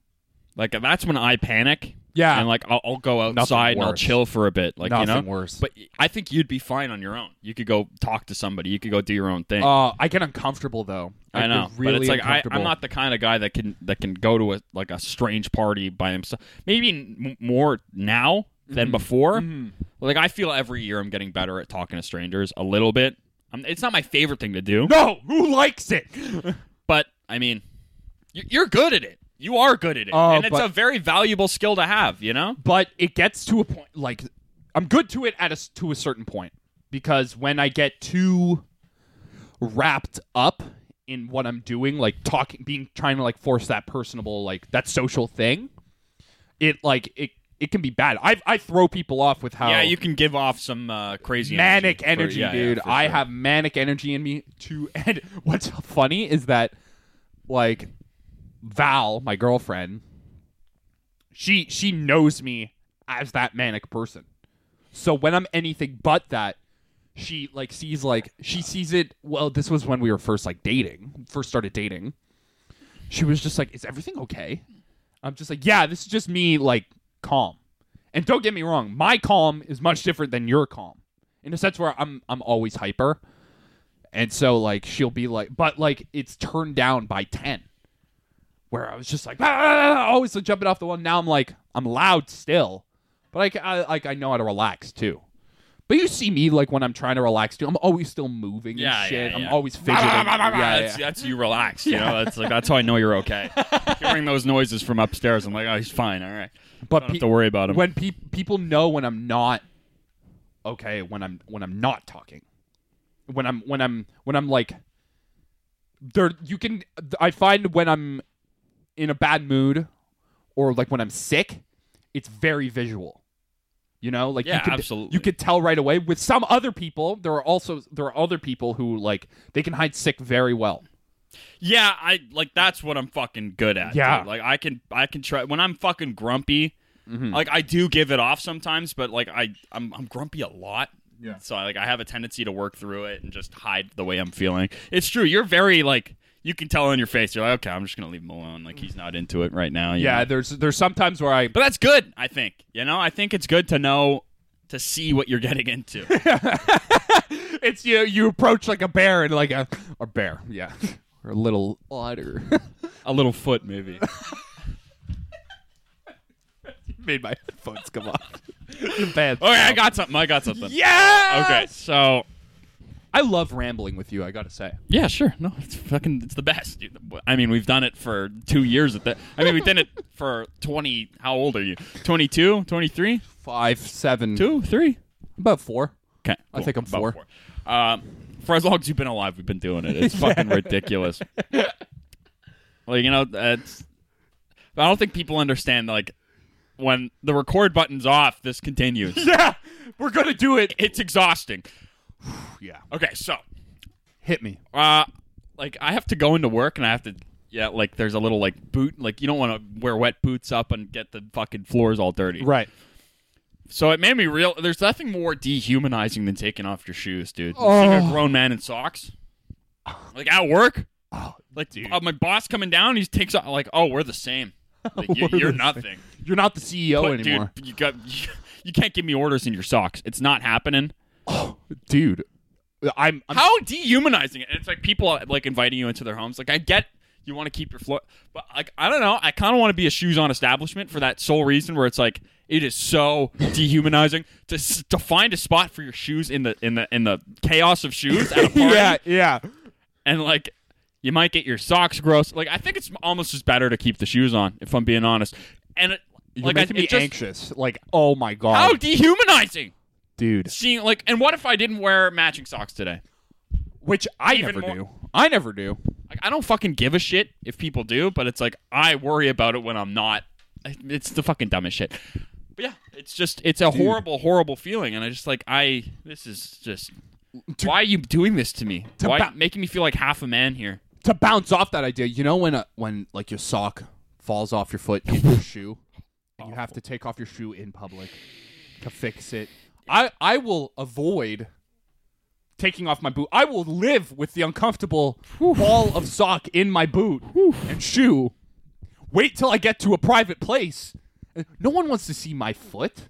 Speaker 2: like that's when I panic.
Speaker 1: Yeah.
Speaker 2: and like I'll, I'll go outside and I'll
Speaker 1: worse.
Speaker 2: chill for a bit, like you know.
Speaker 1: Nothing worse.
Speaker 2: But I think you'd be fine on your own. You could go talk to somebody. You could go do your own thing.
Speaker 1: uh i get uncomfortable though
Speaker 2: I
Speaker 1: get
Speaker 2: know,
Speaker 1: really
Speaker 2: but it's like I,
Speaker 1: uncomfortable.
Speaker 2: I'm not the kind of guy that can that can go to a like a strange party by himself. Maybe m- more now
Speaker 1: Mm-hmm.
Speaker 2: than before. Like I feel every year I'm getting better at talking to strangers a little bit. Um it's not my favorite thing to do,
Speaker 1: no who likes it
Speaker 2: but I mean, you, you're good at it. You are good at it,
Speaker 1: Oh,
Speaker 2: and it's
Speaker 1: but-
Speaker 2: a very valuable skill to have. You know.
Speaker 1: but it gets to a point like I'm good to it at a s to a certain point because when I get too wrapped up in what I'm doing, like talking, being trying to like force that personable, like that social thing, it like it it can be bad. I I throw people off with how
Speaker 2: Yeah, you can give off some uh, crazy
Speaker 1: manic
Speaker 2: for-
Speaker 1: energy,
Speaker 2: yeah, yeah,
Speaker 1: dude.
Speaker 2: for
Speaker 1: I
Speaker 2: sure.
Speaker 1: have manic energy in me too. And [LAUGHS] what's funny is that, like, Val, my girlfriend, she she knows me as that manic person. So when I'm anything but that, she like sees like she sees it. Well, this was when we were first like dating, first started dating. She was just like, "Is everything okay?" I'm just like, "Yeah, this is just me like calm." And don't get me wrong, my calm is much different than your calm. In a sense where I'm I'm always hyper. And so like she'll be like but like it's turned down by 10. Where I was just like "Ah," always like, jumping off the wall. Now I'm like I'm loud still. But like I like I know how to relax too. But you see me like when I'm trying to relax too. I'm always still moving
Speaker 2: Yeah,
Speaker 1: and shit.
Speaker 2: yeah, yeah.
Speaker 1: I'm always fidgeting. yeah, yeah,
Speaker 2: [LAUGHS] that's,
Speaker 1: yeah.
Speaker 2: that's you relax. You know, that's like that's how I know you're
Speaker 1: [LAUGHS]
Speaker 2: okay. Hearing those noises from upstairs, I'm like, oh, he's fine. All right,
Speaker 1: But
Speaker 2: don't have
Speaker 1: pe-
Speaker 2: to worry about him.
Speaker 1: when pe- people know when I'm not okay when I'm when I'm not talking when I'm when I'm when I'm like there you can I find when I'm in a bad mood or like when I'm sick it's very visual you know like you
Speaker 2: Yeah,
Speaker 1: could,
Speaker 2: absolutely.
Speaker 1: you could tell right away with some other people there are also there are other people who like they can hide sick very well
Speaker 2: yeah, I like that's what I'm fucking good at.
Speaker 1: Yeah.
Speaker 2: dude. like I can I can try when I'm fucking grumpy.
Speaker 1: Mm-hmm.
Speaker 2: Like I do give it off sometimes, but like I I'm, I'm grumpy a lot. Yeah. So like I have a tendency to work through it and just hide the way I'm feeling. It's true. You're very like you can tell on your face. You're like, okay, I'm just gonna leave him alone. Like he's not into it right now. you know?
Speaker 1: yeah there's there's sometimes where I
Speaker 2: But that's good, I think. You know, I think it's good to know to see what you're getting into.
Speaker 1: it's you you approach like a bear and like a or bear yeah [LAUGHS] or a little otter
Speaker 2: [LAUGHS] a little foot maybe.
Speaker 1: [LAUGHS] made my headphones come off Oh, bad
Speaker 2: Okay, Oh, I got something. I got something.
Speaker 1: yeah
Speaker 2: Okay, so
Speaker 1: i love rambling with you i gotta say
Speaker 2: yeah, sure. No, it's fucking it's the best. dude. I mean, we've done it for 2 years at that. I mean, we did it for 20 How old are you? 22, 23,
Speaker 1: five seven
Speaker 2: 2, 3?
Speaker 1: about four
Speaker 2: Okay.
Speaker 1: I think I'm
Speaker 2: About
Speaker 1: four.
Speaker 2: Um, for as long as you've been alive, we've been doing
Speaker 1: [LAUGHS]
Speaker 2: it. It's fucking ridiculous. well, you know, it's, I don't think people understand, like, when the record button's off, this continues.
Speaker 1: yeah we're gonna [LAUGHS] do it
Speaker 2: it's exhausting.
Speaker 1: yeah
Speaker 2: Okay, so,
Speaker 1: hit me
Speaker 2: uh, like, I have to go into work and I have to. Yeah, like there's a little like boot, like you don't want to wear wet boots up and get the fucking floors all dirty.
Speaker 1: right
Speaker 2: So it made me real. There's nothing more dehumanizing than taking off your shoes, dude. Seeing
Speaker 1: Oh.
Speaker 2: a grown man in socks, like at work,
Speaker 1: oh
Speaker 2: like
Speaker 1: Dude.
Speaker 2: uh, my boss coming down, he takes off. Like, oh, we're
Speaker 1: [LAUGHS]
Speaker 2: the same. Like, you,
Speaker 1: We're
Speaker 2: you're
Speaker 1: the
Speaker 2: nothing.
Speaker 1: you're not the ceo
Speaker 2: But,
Speaker 1: anymore
Speaker 2: dude, you got [LAUGHS] you, can't give me orders in your socks. It's not happening.
Speaker 1: dude, I'm, I'm
Speaker 2: How dehumanizing! it- It's like people like inviting you into their homes. Like I get You want to keep your floor, but like I don't know. I kind of want to be a shoes on establishment for that sole reason, where it's like it is so [LAUGHS] dehumanizing to s- to find a spot for your shoes in the in the in the chaos of
Speaker 1: [LAUGHS]
Speaker 2: shoes at a party,
Speaker 1: yeah, yeah.
Speaker 2: and like you might get your socks gross. Like I think it's almost just better to keep the shoes on, if I'm being honest. And it,
Speaker 1: You're
Speaker 2: like I,
Speaker 1: making
Speaker 2: it
Speaker 1: me
Speaker 2: just,
Speaker 1: anxious. Like, oh my god,
Speaker 2: how dehumanizing.
Speaker 1: dude.
Speaker 2: Seeing like, and what if I didn't wear matching socks today?
Speaker 1: Which I
Speaker 2: Even
Speaker 1: never
Speaker 2: more-
Speaker 1: do. I never do.
Speaker 2: Like, I don't fucking give a shit if people do, but it's like I worry about it when I'm not. It's the fucking dumbest shit. But yeah, it's just it's a horrible, horrible feeling, and I just like I this is just why are you doing this to me?
Speaker 1: To
Speaker 2: why
Speaker 1: ba-
Speaker 2: making me feel like half a man here?
Speaker 1: To bounce off that idea, you know when a, when like your sock falls off your foot in
Speaker 2: [LAUGHS]
Speaker 1: your shoe, and you have to take off your shoe in public to fix it. I I will avoid taking off my boot. I will live with the uncomfortable ball of sock in my boot and shoe. Wait till I get to a private place. No one wants to see my foot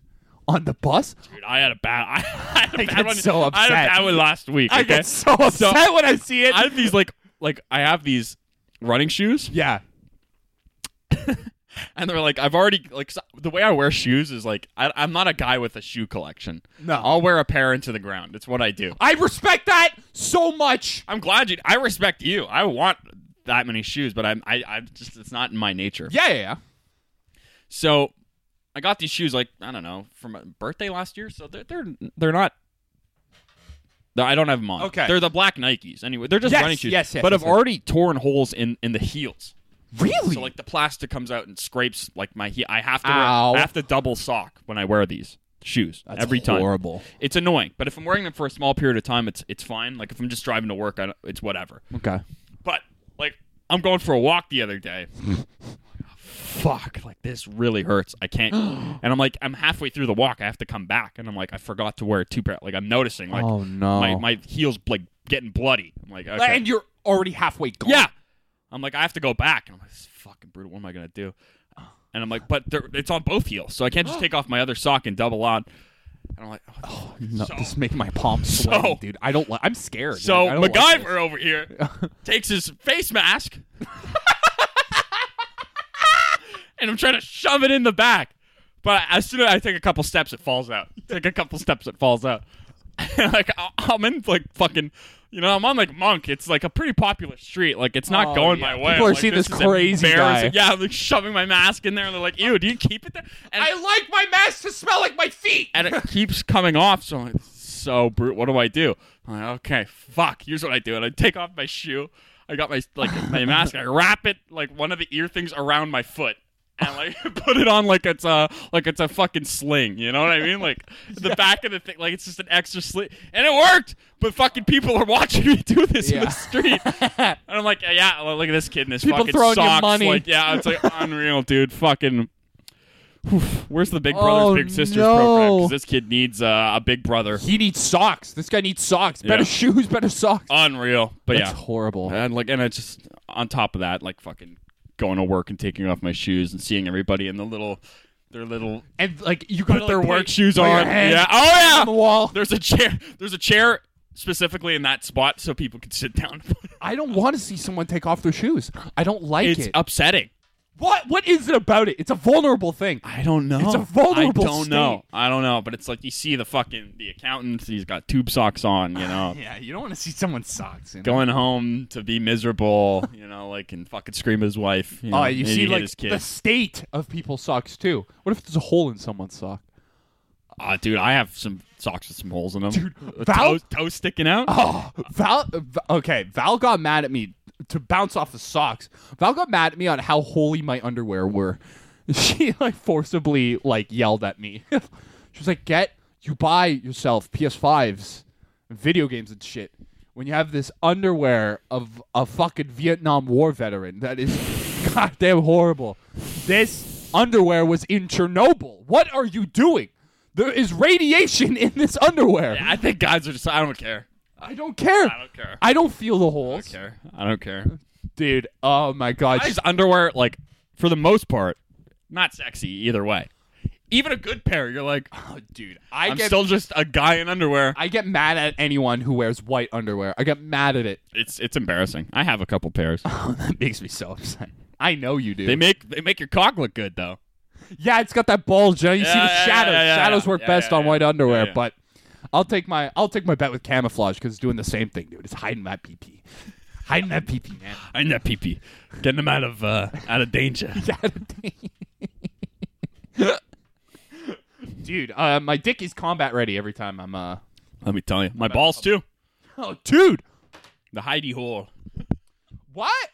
Speaker 1: on the bus.
Speaker 2: Dude, I had a bad. [LAUGHS] I, I had a
Speaker 1: I
Speaker 2: bad
Speaker 1: get
Speaker 2: one.
Speaker 1: so
Speaker 2: I had
Speaker 1: upset.
Speaker 2: a bad one last week.
Speaker 1: I
Speaker 2: okay?
Speaker 1: get so upset when I see it.
Speaker 2: I have these like like I have these running shoes,
Speaker 1: yeah.
Speaker 2: and they're like I've already like so, the way I wear shoes is like I, I'm not a guy with a shoe collection.
Speaker 1: No.
Speaker 2: I'll wear a pair into the ground. It's what I do.
Speaker 1: I respect that so much.
Speaker 2: I'm glad you. I respect you. I want that many shoes, but I'm I, I just it's not in my nature.
Speaker 1: Yeah, yeah, yeah.
Speaker 2: So I got these shoes like I don't know from my birthday last year. So they're they're they're not. No, I don't have them on.
Speaker 1: Okay.
Speaker 2: they're the black Nikes. Anyway, they're just
Speaker 1: Yes,
Speaker 2: running shoes.
Speaker 1: yes, yes,
Speaker 2: but
Speaker 1: yes,
Speaker 2: I've
Speaker 1: yes.
Speaker 2: already torn holes in in the heels.
Speaker 1: Really?
Speaker 2: So like the plastic comes out and scrapes like my heel. I have to wear,
Speaker 1: Ow.
Speaker 2: I have to double sock when I wear these shoes
Speaker 1: That's
Speaker 2: every time.
Speaker 1: horrible.
Speaker 2: It's annoying, but if I'm wearing them for a small period of time, it's it's fine. Like if I'm just driving to work, I don't, it's whatever.
Speaker 1: Okay.
Speaker 2: But like I'm going for a walk the other day. Fuck, like this really hurts. I
Speaker 1: [GASPS]
Speaker 2: can't. and I'm like, I'm halfway through the walk. I have to come back, and I'm like, I forgot to wear two pair. Like I'm noticing, like
Speaker 1: Oh, no.
Speaker 2: my my heels like getting bloody. I'm like, okay.
Speaker 1: And you're already halfway gone.
Speaker 2: Yeah. I'm like, I have to go back. And I'm like, this is fucking brutal. What am I going to do? And I'm like, but they're- it's on both heels. So
Speaker 1: [GASPS]
Speaker 2: I can't just take off my other sock and double on. And I'm like, oh,
Speaker 1: No,
Speaker 2: so,
Speaker 1: this make my [LAUGHS] palms
Speaker 2: So-
Speaker 1: sweaty, dude. I don't. Li- I'm scared.
Speaker 2: so
Speaker 1: like, I don't like
Speaker 2: MacGyver
Speaker 1: this.
Speaker 2: over
Speaker 1: [LAUGHS]
Speaker 2: here takes his face mask. and I'm trying to shove it in the back. But as soon as I take a couple steps, it falls out. Take a couple steps, it falls out. [LAUGHS] like I- I'm in like fucking, you know, I'm on like Monk. It's like a pretty popular street. Like it's not
Speaker 1: Oh,
Speaker 2: going
Speaker 1: yeah.
Speaker 2: my way.
Speaker 1: People
Speaker 2: I'm
Speaker 1: are
Speaker 2: like,
Speaker 1: seeing this
Speaker 2: is
Speaker 1: crazy
Speaker 2: embarrassing.
Speaker 1: guy.
Speaker 2: Yeah, I'm like shoving my mask in there, and they're like, "Ew, do you keep it there?" And
Speaker 1: I like my mask to smell like my feet.
Speaker 2: and it keeps coming off. So I'm like, so brute. What do I do? I'm like, okay, fuck. Here's what I do. And I take off my shoe. I got my
Speaker 1: [LAUGHS]
Speaker 2: like my mask. I wrap it like one of the ear things around my foot. And like [LAUGHS] put it on like it's a like it's a fucking sling, you know what I mean?
Speaker 1: [LAUGHS]
Speaker 2: Like the back of the thing, like it's just an extra sling, and it worked. But fucking people are watching me do this in
Speaker 1: Yeah. [LAUGHS]
Speaker 2: the street, and I'm like, yeah, look at this kid in this
Speaker 1: People
Speaker 2: fucking
Speaker 1: throwing you
Speaker 2: socks.
Speaker 1: money.
Speaker 2: Like,
Speaker 1: [LAUGHS]
Speaker 2: yeah, it's like unreal, dude. Fucking Where's the Big Brothers
Speaker 1: Oh,
Speaker 2: Big Sisters
Speaker 1: no.
Speaker 2: program? Because this kid needs uh, a big brother.
Speaker 1: He needs socks. This guy needs socks. Better
Speaker 2: Yeah.
Speaker 1: shoes. Better [LAUGHS] socks.
Speaker 2: Unreal, but
Speaker 1: That's
Speaker 2: yeah,
Speaker 1: horrible.
Speaker 2: and like, and I just on top of that, like fucking going to work and taking off my shoes and seeing everybody in the little, their little
Speaker 1: And like you got
Speaker 2: put their work shoes on. Yeah,
Speaker 1: [LAUGHS] on the
Speaker 2: oh yeah.
Speaker 1: wall.
Speaker 2: There's a chair. There's a chair specifically in that spot so people can sit down. [LAUGHS]
Speaker 1: I don't want to see someone take off their shoes. I don't like
Speaker 2: it's
Speaker 1: it.
Speaker 2: upsetting.
Speaker 1: What what is it about it? It's a vulnerable thing.
Speaker 2: I don't know.
Speaker 1: It's a vulnerable
Speaker 2: I don't
Speaker 1: state.
Speaker 2: know. I don't know. But it's like you see the fucking the accountant. He's got tube socks on. You know.
Speaker 1: Yeah, you don't want to see someone's socks. You know?
Speaker 2: going home to
Speaker 1: [LAUGHS]
Speaker 2: be miserable, you know, like and fucking scream at his wife. You know,
Speaker 1: Oh, you
Speaker 2: and
Speaker 1: see
Speaker 2: hit
Speaker 1: like
Speaker 2: his kid.
Speaker 1: the state of people's socks too. What if there's a hole in someone's sock?
Speaker 2: Ah, dude, I have some socks with some holes in them.
Speaker 1: Dude,
Speaker 2: a
Speaker 1: Val-
Speaker 2: toe, toe sticking out.
Speaker 1: Oh, Val. V- Okay, Val got mad at me to bounce off the socks. Val got mad at me on how holy my underwear were. [LAUGHS] She like forcibly like yelled at me. [LAUGHS] she was like, "Get you buy yourself PS5s, and video games and shit." When you have this underwear of a fucking Vietnam War veteran that is [LAUGHS] goddamn horrible. This underwear was in Chernobyl. What are you doing? There is radiation in this underwear.
Speaker 2: I think guys are just. I don't care.
Speaker 1: I don't care.
Speaker 2: I don't care.
Speaker 1: I don't feel the
Speaker 2: I don't
Speaker 1: holes,
Speaker 2: care. I
Speaker 1: [LAUGHS]
Speaker 2: don't care.
Speaker 1: dude. Oh my god,
Speaker 2: Guys' underwear, like for the most part, not sexy either way. Even a good pair, you're like,
Speaker 1: Oh, dude, I
Speaker 2: I'm
Speaker 1: get
Speaker 2: still just a guy in underwear.
Speaker 1: I get mad at anyone who wears white underwear. I get mad at it. [LAUGHS]
Speaker 2: It's it's embarrassing. I have a couple pairs.
Speaker 1: Oh, that makes me so upset. I know you do.
Speaker 2: They make they make your cock look good though.
Speaker 1: yeah, it's got that bulge. You, know, you see
Speaker 2: Yeah,
Speaker 1: the
Speaker 2: yeah,
Speaker 1: shadows.
Speaker 2: yeah, yeah,
Speaker 1: shadows
Speaker 2: yeah.
Speaker 1: work
Speaker 2: Yeah,
Speaker 1: best
Speaker 2: yeah,
Speaker 1: on
Speaker 2: yeah.
Speaker 1: white underwear,
Speaker 2: Yeah, yeah.
Speaker 1: but I'll take my I'll take my bet with camouflage because it's doing the same thing, dude. It's hiding that PP. Hiding that PP, [LAUGHS] man.
Speaker 2: I need that pee pee, getting them out of uh, out
Speaker 1: [LAUGHS]
Speaker 2: of danger.
Speaker 1: dude, uh, my dick is combat ready every time I'm uh.
Speaker 2: Let me tell you, my balls too.
Speaker 1: Oh, dude,
Speaker 2: The Heidi hole.
Speaker 1: what?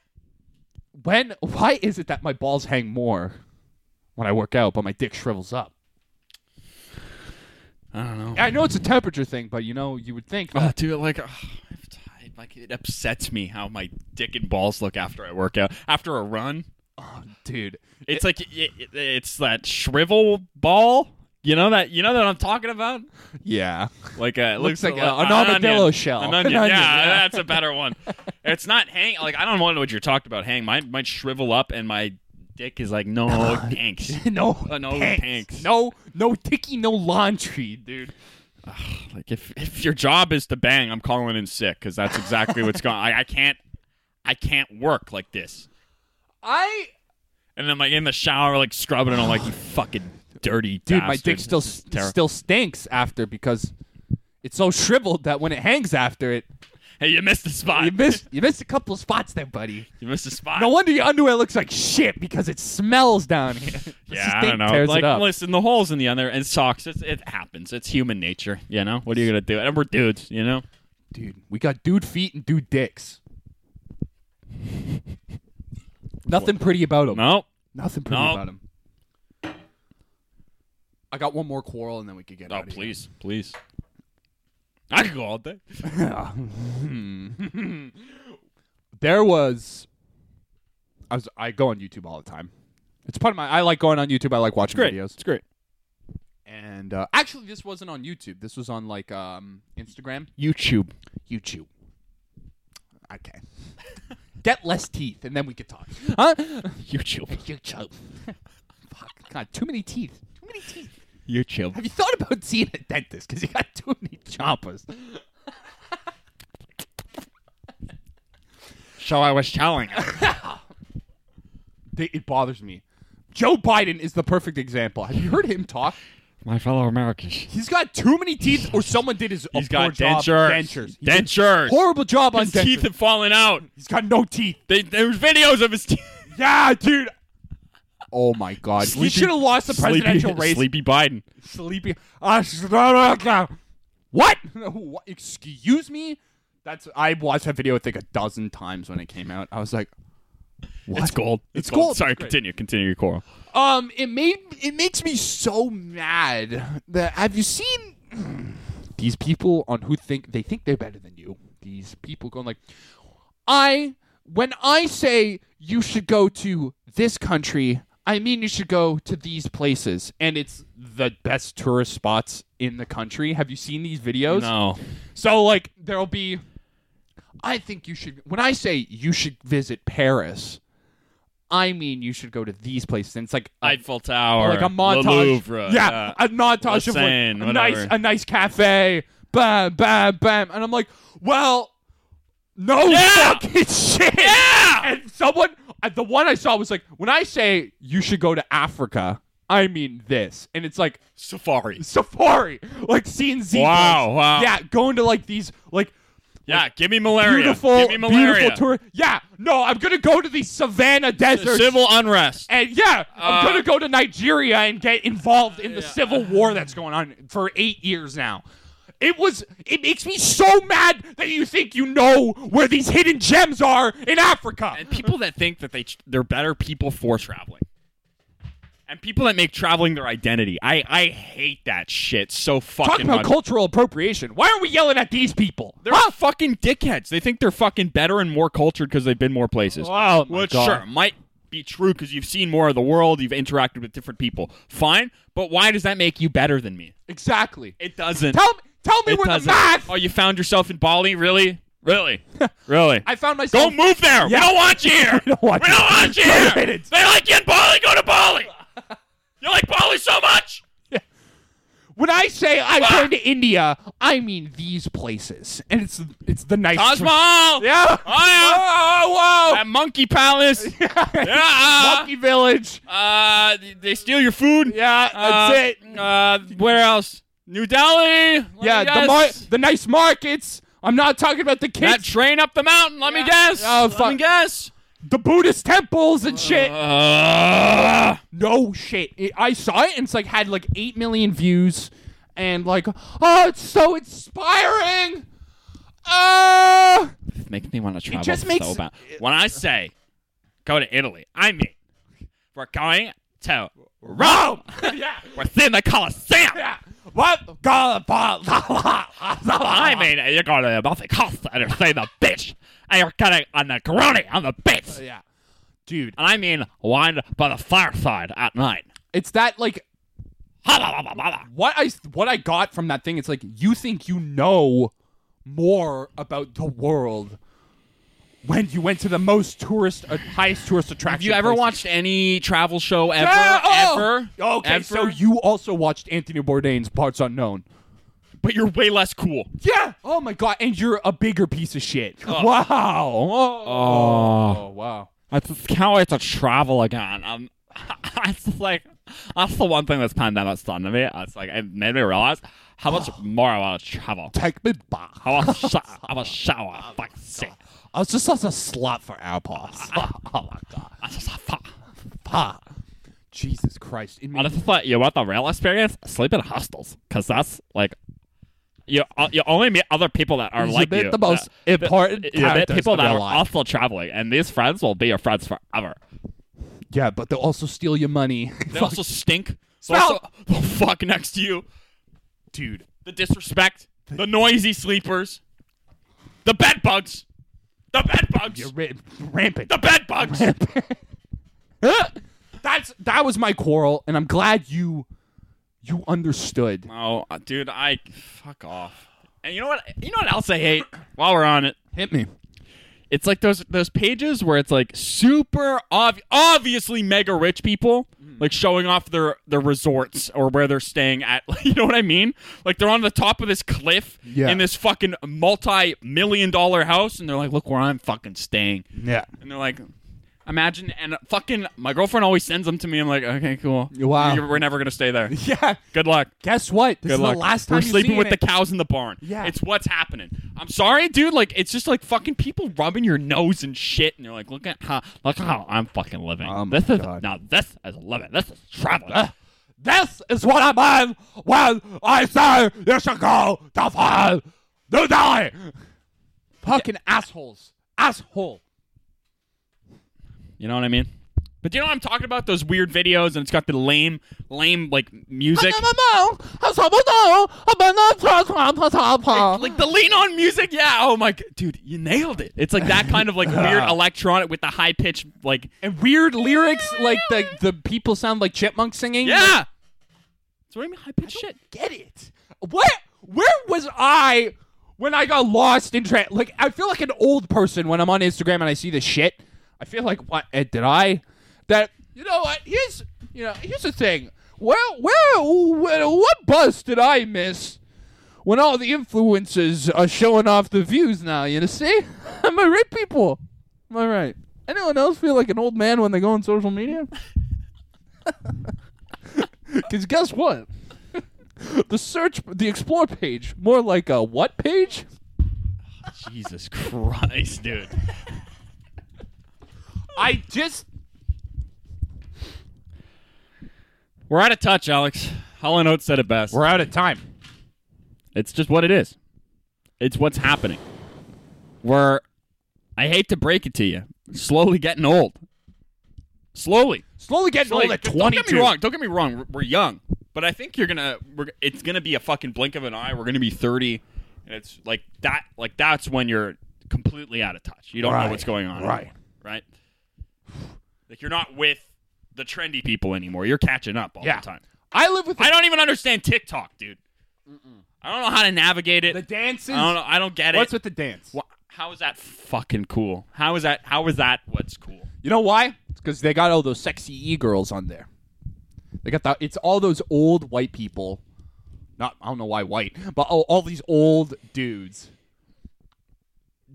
Speaker 1: When? Why is it that my balls hang more when I work out, but my dick shrivels up?
Speaker 2: I don't know.
Speaker 1: I know it's a temperature thing, but you know, you would think.
Speaker 2: Oh, dude, like, ugh, I'm tired. like it upsets me how my dick and balls look after I work out. After a run,
Speaker 1: oh, dude,
Speaker 2: it's like it, it- it's that shrivel ball. You know that you know that I'm talking about.
Speaker 1: yeah.
Speaker 2: Like uh, it
Speaker 1: Looks
Speaker 2: looks,
Speaker 1: like
Speaker 2: a-
Speaker 1: a- an
Speaker 2: onion.
Speaker 1: armadillo shell. [LAUGHS]
Speaker 2: An onion.
Speaker 1: An onion,
Speaker 2: yeah,
Speaker 1: yeah.
Speaker 2: that's a
Speaker 1: [LAUGHS]
Speaker 2: better one. It's not hang. Like I don't know what you're talking about. Hang. Mine might shrivel up, and my dick is
Speaker 1: [LAUGHS]
Speaker 2: like no thanks.
Speaker 1: no,
Speaker 2: Uh, no
Speaker 1: thanks.
Speaker 2: thanks.
Speaker 1: no, no ticky, no laundry, dude.
Speaker 2: Like if if your job is to bang, I'm calling in sick because that's exactly what's going. I, I can't I can't work like this.
Speaker 1: I,
Speaker 2: And then like in the shower, like scrubbing, and
Speaker 1: [SIGHS]
Speaker 2: I'm like, you fucking dirty
Speaker 1: dude, my
Speaker 2: bastard.
Speaker 1: dick still
Speaker 2: This is terrible.
Speaker 1: still stinks after because it's so shriveled that when it hangs after it,
Speaker 2: Hey, you missed the spot.
Speaker 1: you missed you missed a couple of spots there, buddy.
Speaker 2: You missed the spot.
Speaker 1: No wonder your underwear looks like shit because it smells down here. [LAUGHS] The
Speaker 2: yeah, I
Speaker 1: stink
Speaker 2: don't know.
Speaker 1: Tears
Speaker 2: like,
Speaker 1: it up.
Speaker 2: listen, the holes in the other and socks. It's, it happens. It's human nature. You know what are you gonna do? And we're dudes. You know.
Speaker 1: Dude, we got dude feet and dude dicks. Nothing pretty about them.
Speaker 2: No. Oh,
Speaker 1: Nothing pretty
Speaker 2: No.
Speaker 1: about them. I got one more quarrel and then we could get
Speaker 2: Oh,
Speaker 1: out of
Speaker 2: please, please. I could go all day.
Speaker 1: here. there was I was I go on YouTube all the time. It's part of my I like going on YouTube. I like watching videos.
Speaker 2: It's great.
Speaker 1: And uh, actually this wasn't on YouTube. This was on like um Instagram.
Speaker 2: YouTube.
Speaker 1: [LAUGHS] YouTube. Okay. [LAUGHS] Get less teeth, and then we could talk. Huh?
Speaker 2: [LAUGHS] YouTube.
Speaker 1: YouTube. [LAUGHS] Fuck. God, too many teeth. Oh. Too many teeth.
Speaker 2: YouTube.
Speaker 1: Have you thought about [LAUGHS] seeing a dentist? Because you got too many chompers.
Speaker 2: So I was telling him.
Speaker 1: They, it bothers me. Joe Biden is the perfect example. Have you heard him talk?
Speaker 2: [LAUGHS] My fellow Americans.
Speaker 1: He's got too many teeth, or someone did his a
Speaker 2: He's got
Speaker 1: poor job.
Speaker 2: dentures.
Speaker 1: He did a
Speaker 2: Dentures.
Speaker 1: Horrible job on
Speaker 2: His teeth
Speaker 1: dentures.
Speaker 2: have fallen out.
Speaker 1: He's got no teeth.
Speaker 2: They, there's videos of his
Speaker 1: [LAUGHS]
Speaker 2: teeth.
Speaker 1: Yeah, dude. [LAUGHS] Oh my God! he
Speaker 2: Sleepy-
Speaker 1: should have lost the [LAUGHS] presidential
Speaker 2: sleepy,
Speaker 1: race.
Speaker 2: Sleepy Biden.
Speaker 1: sleepy. What? what? [LAUGHS] Excuse me? That's I watched that video I think a dozen times when it came out. I was like, what?
Speaker 2: It's gold.
Speaker 1: It's gold.
Speaker 2: Sorry,
Speaker 1: It's great.
Speaker 2: continue. Continue your quarrel.
Speaker 1: Um, it made it makes me so mad that have you seen [CLEARS THROAT] these people on who think they think they're better than you? These people going like, I when I say you should go to this country, I mean you should go to these places, and it's the best tourist spots in the country. Have you seen these videos?
Speaker 2: No.
Speaker 1: So like there'll be I think you should when I say you should visit Paris, I mean you should go to these places. And it's like a-
Speaker 2: Eiffel Tower.
Speaker 1: like a
Speaker 2: Le
Speaker 1: montage.
Speaker 2: Louvre,
Speaker 1: yeah, a montage
Speaker 2: Le
Speaker 1: of like,
Speaker 2: Seine,
Speaker 1: a nice
Speaker 2: whatever.
Speaker 1: a nice cafe. Bam bam bam. And I'm like, "Well, no
Speaker 2: Yeah!
Speaker 1: fucking shit."
Speaker 2: Yeah!
Speaker 1: And someone uh, the one I saw was like, "When I say you should go to Africa, I mean this." And it's like
Speaker 2: Safari.
Speaker 1: safari, like seeing zebras.
Speaker 2: Wow, wow.
Speaker 1: Yeah, going to like these like
Speaker 2: Yeah, give me malaria.
Speaker 1: beautiful,
Speaker 2: give me malaria.
Speaker 1: beautiful tour. Yeah, no, I'm gonna go to the savannah deserts.
Speaker 2: Civil unrest.
Speaker 1: and yeah, I'm
Speaker 2: Uh,
Speaker 1: gonna go to Nigeria and get involved in the
Speaker 2: yeah.
Speaker 1: civil war that's going on for eight years now. It was. It makes me so mad that you think you know where these hidden gems are in Africa.
Speaker 2: and people that think that they they're better people for traveling and people that make traveling their identity i i hate that shit so fucking
Speaker 1: Talk about
Speaker 2: much
Speaker 1: cultural appropriation. Why are we yelling at these people?
Speaker 2: they're
Speaker 1: Huh?
Speaker 2: fucking dickheads they think they're fucking better and more cultured because they've been more places
Speaker 1: Oh, my
Speaker 2: which
Speaker 1: God.
Speaker 2: sure might be true because you've seen more of the world you've interacted with different people fine but why does that make you better than me
Speaker 1: Exactly.
Speaker 2: it doesn't
Speaker 1: Tell me. Tell me
Speaker 2: it
Speaker 1: where the
Speaker 2: doesn't
Speaker 1: math.
Speaker 2: oh you found yourself in bali really [LAUGHS] really really
Speaker 1: I found myself.
Speaker 2: Go move there.
Speaker 1: Yeah.
Speaker 2: We don't want you [LAUGHS] here.
Speaker 1: We don't want
Speaker 2: we
Speaker 1: you.
Speaker 2: don't want you
Speaker 1: Wait a
Speaker 2: here.
Speaker 1: minute.
Speaker 2: [LAUGHS] They like you in Bali. Go to Bali. You like Bali so much.
Speaker 1: When I say
Speaker 2: Ah.
Speaker 1: I'm going to India, I mean these places, and it's it's the nice.
Speaker 2: Cosmo!
Speaker 1: Yeah.
Speaker 2: Oh, That monkey [LAUGHS] palace. yeah.
Speaker 1: Monkey Village.
Speaker 2: Uh, they steal your food.
Speaker 1: Yeah,
Speaker 2: Uh,
Speaker 1: that's it.
Speaker 2: Uh, where else? New Delhi. Let
Speaker 1: Yeah,
Speaker 2: me
Speaker 1: the mar-
Speaker 2: guess.
Speaker 1: the nice markets. I'm not talking about the
Speaker 2: that
Speaker 1: kids,
Speaker 2: train up the mountain. Let
Speaker 1: Yeah.
Speaker 2: me guess.
Speaker 1: Oh,
Speaker 2: Let
Speaker 1: fuck.
Speaker 2: me guess.
Speaker 1: the Buddhist temples
Speaker 2: Uh-huh.
Speaker 1: and shit.
Speaker 2: Uh,
Speaker 1: no shit. It- I saw it and it's like had like 8 million views and like, oh, it's so inspiring. Uh,
Speaker 2: it makes me want to travel
Speaker 1: just makes-
Speaker 2: so bad. When I say go to Italy, I mean we're going to
Speaker 1: [LAUGHS]
Speaker 2: Rome.
Speaker 1: yeah.
Speaker 2: we're seeing the Colosseum.
Speaker 1: Yeah. What? I
Speaker 2: I
Speaker 1: Uh-huh.
Speaker 2: mean, you're going to the Amalfi Coast and you're seeing the beach and you're getting a Negroni on the beach.
Speaker 1: Oh, Yeah. Dude,
Speaker 2: And I mean wine by the fireside at night.
Speaker 1: it's that like what I what I got from that thing, it's like you think you know more about the world when you went to the most tourist, uh, highest tourist attraction.
Speaker 2: Have you ever
Speaker 1: places.
Speaker 2: watched any travel show ever?
Speaker 1: Yeah, oh!
Speaker 2: Ever?
Speaker 1: Okay,
Speaker 2: ever?
Speaker 1: so you also watched Anthony Bourdain's Parts Unknown.
Speaker 2: But you're way less cool.
Speaker 1: Yeah. Oh my god, and you're a bigger piece of shit.
Speaker 2: Oh.
Speaker 1: Wow. Oh.
Speaker 2: Oh.
Speaker 1: wow.
Speaker 2: That's just can't wait to travel again. Um, [LAUGHS] it's just like that's the one thing this pandemic's done to me. It's like it made me realize how
Speaker 1: [SIGHS]
Speaker 2: much more I want to travel.
Speaker 1: Take me back.
Speaker 2: I want to sh- I want to shower. Fuck shit.
Speaker 1: I was just such a slut for AirPods. oh my god.
Speaker 2: I just fuck. Ah.
Speaker 1: Pa. [LAUGHS] Jesus Christ. It
Speaker 2: I
Speaker 1: made,
Speaker 2: just thought you want the real experience? Sleep in hostels, cause that's like. You, uh, you only meet other people that are
Speaker 1: You
Speaker 2: like
Speaker 1: meet
Speaker 2: you. Uh,
Speaker 1: the most important
Speaker 2: You meet
Speaker 1: characters
Speaker 2: people
Speaker 1: of
Speaker 2: that
Speaker 1: your
Speaker 2: are
Speaker 1: life.
Speaker 2: also traveling, and these friends will be your friends forever.
Speaker 1: yeah, but they'll also steal your money.
Speaker 2: They also stink. They
Speaker 1: Smell.
Speaker 2: also- [LAUGHS] They'll fuck next to you. Dude. The disrespect. The noisy sleepers. The bed bugs. The bed bugs.
Speaker 1: You're ra- rampant.
Speaker 2: The
Speaker 1: [LAUGHS]
Speaker 2: bed bugs.
Speaker 1: That's that was my quarrel, and I'm glad you you understood.
Speaker 2: oh, dude, I fuck off. And you know what? You know what else I hate? While we're on it,
Speaker 1: Hit me.
Speaker 2: it's like those those pages where it's like super obvi- obviously mega rich people
Speaker 1: Mm-hmm.
Speaker 2: like showing off their their resorts or where they're staying at [LAUGHS] you know what i mean like they're on the top of this cliff
Speaker 1: Yeah.
Speaker 2: in this fucking multi-million dollar house and they're like look where i'm fucking staying
Speaker 1: Yeah.
Speaker 2: and they're like imagine and fucking my girlfriend always sends them to me i'm like okay cool
Speaker 1: Wow.
Speaker 2: You- we're never gonna stay
Speaker 1: [LAUGHS]
Speaker 2: there
Speaker 1: Yeah.
Speaker 2: good luck
Speaker 1: Guess what? This
Speaker 2: Good
Speaker 1: is
Speaker 2: luck.
Speaker 1: the last time
Speaker 2: we're
Speaker 1: you're
Speaker 2: sleeping
Speaker 1: seeing
Speaker 2: with
Speaker 1: it.
Speaker 2: the cows in the barn.
Speaker 1: Yeah.
Speaker 2: it's what's happening. I'm sorry, dude. Like it's just like fucking people rubbing your nose and shit, and you're like, look at how look how I'm fucking living.
Speaker 1: Oh my
Speaker 2: this is
Speaker 1: God. Ah.
Speaker 2: now this is living. This is traveling. Uh,
Speaker 1: [LAUGHS] This is what I mean when I say you should go to fun. New Delhi. Fucking assholes. Asshole.
Speaker 2: you know what I mean? But do you know what I'm talking about? Those weird videos, and it's got the lame, lame like music.
Speaker 1: Oh,
Speaker 2: Like the lean on music, yeah. Oh my, g- dude, you nailed it. It's like that kind of
Speaker 1: [LAUGHS]
Speaker 2: like weird electronic with the high pitch, like
Speaker 1: and weird lyrics like the the people sound like chipmunks singing.
Speaker 2: yeah. So what do you mean high pitched shit?
Speaker 1: get it. What? Where was I when I got lost in tra- like I feel like an old person when I'm on Instagram and I see this shit. I feel like what eh, did I? That you know what? Here's you know here's the thing. Where where, where what bus did I miss? When all the influencers are showing off the views now, you know, see? [LAUGHS] Am I right, people? Am I right? Anyone else feel like an old man when they go on social media? [LAUGHS] Because guess what? the search, the explore page, more like a what page?
Speaker 2: Jesus Christ, dude.
Speaker 1: I just
Speaker 2: We're out of touch, Alex. Hall and Oates said it best.
Speaker 1: we're out of time.
Speaker 2: it's just what it is. It's what's happening. We're I hate to break it to you. Slowly getting old. Slowly.
Speaker 1: Slowly getting
Speaker 2: Slowly.
Speaker 1: old at
Speaker 2: Don't
Speaker 1: twenty
Speaker 2: get me wrong. Don't get me wrong. We're, we're young, but I think you're gonna. We're, it's gonna be a fucking blink of an eye. We're gonna be thirty, and it's like that. Like that's when you're completely out of touch. You don't know
Speaker 1: Right.
Speaker 2: what's going on.
Speaker 1: Right.
Speaker 2: anymore, right. Like you're not with the trendy people anymore. You're catching up all
Speaker 1: Yeah.
Speaker 2: the time.
Speaker 1: I live with
Speaker 2: I don't even understand TikTok, dude. I don't know how to navigate it.
Speaker 1: the dances.
Speaker 2: I don't know. I don't get
Speaker 1: What's
Speaker 2: it.
Speaker 1: with the dance?
Speaker 2: Wha- how is that fucking cool? How is that? How is that? What's cool?
Speaker 1: You know why? It's because they got all those sexy e girls on there. They got the. It's all those old white people Not I don't know why white, but all, all these old dudes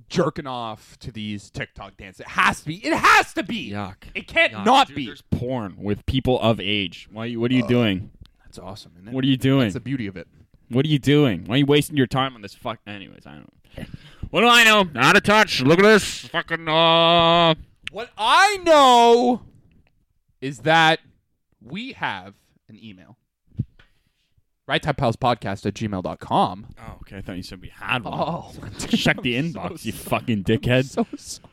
Speaker 1: jerking off to these TikTok dances. It has to be. It has to be.
Speaker 2: Yuck.
Speaker 1: It can't
Speaker 2: Yuck.
Speaker 1: not
Speaker 2: Dude,
Speaker 1: be.
Speaker 2: There's porn with people of age. Why? You, what are you doing?
Speaker 1: That's awesome. Isn't it?
Speaker 2: What are you doing?
Speaker 1: That's the beauty of it.
Speaker 2: What are you doing? Why are you wasting your time on this fuck? Anyways, I don't. What do I know? Out of touch. Look at this fucking. Uh...
Speaker 1: What I know is that we have an email. Right Type Pals Podcast at gmail.com.
Speaker 2: Oh, okay. I thought you said we had one.
Speaker 1: Oh,
Speaker 2: [LAUGHS] Check the inbox, you fucking
Speaker 1: [LAUGHS]
Speaker 2: dickhead.
Speaker 1: so sorry.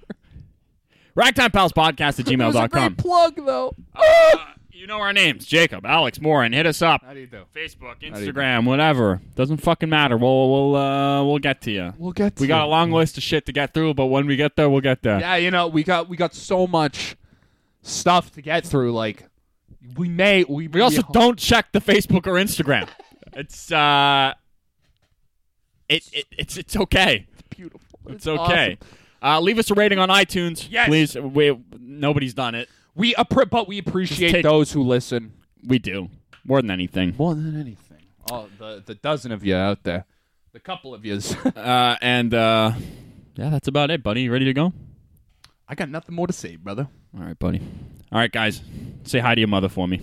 Speaker 2: Ragtime Pals Podcast
Speaker 1: [LAUGHS]
Speaker 2: at
Speaker 1: That was a
Speaker 2: gmail.com.
Speaker 1: great plug, though.
Speaker 2: Uh, you know our names Jacob, Alex, Morin. Hit us up.
Speaker 1: Ah! How do you do?
Speaker 2: Facebook,
Speaker 1: do you-
Speaker 2: Instagram, whatever. Doesn't fucking matter. We'll we'll uh, we'll get to you.
Speaker 1: We'll get. To
Speaker 2: We got a long list of shit to get through, but when we get there, we'll get there.
Speaker 1: Yeah, you know, we got we got so much stuff to get through. Like, we may we,
Speaker 2: We also don't check the Facebook or
Speaker 1: [LAUGHS]
Speaker 2: Instagram. it's uh, it, it it's it's okay.
Speaker 1: beautiful.
Speaker 2: It's okay. Uh, leave us a rating on iTunes,
Speaker 1: Yes.
Speaker 2: please. We nobody's done it.
Speaker 1: We appre- but we appreciate
Speaker 2: take-
Speaker 1: those who listen
Speaker 2: We do more than anything.
Speaker 1: more than anything. Oh, the the dozen of you out there, the couple of yous. [LAUGHS]
Speaker 2: Uh, and uh, yeah, that's about it, buddy. You ready to go?
Speaker 1: I got nothing more to say, brother.
Speaker 2: All right, buddy. All right, guys. Say hi to your mother for me.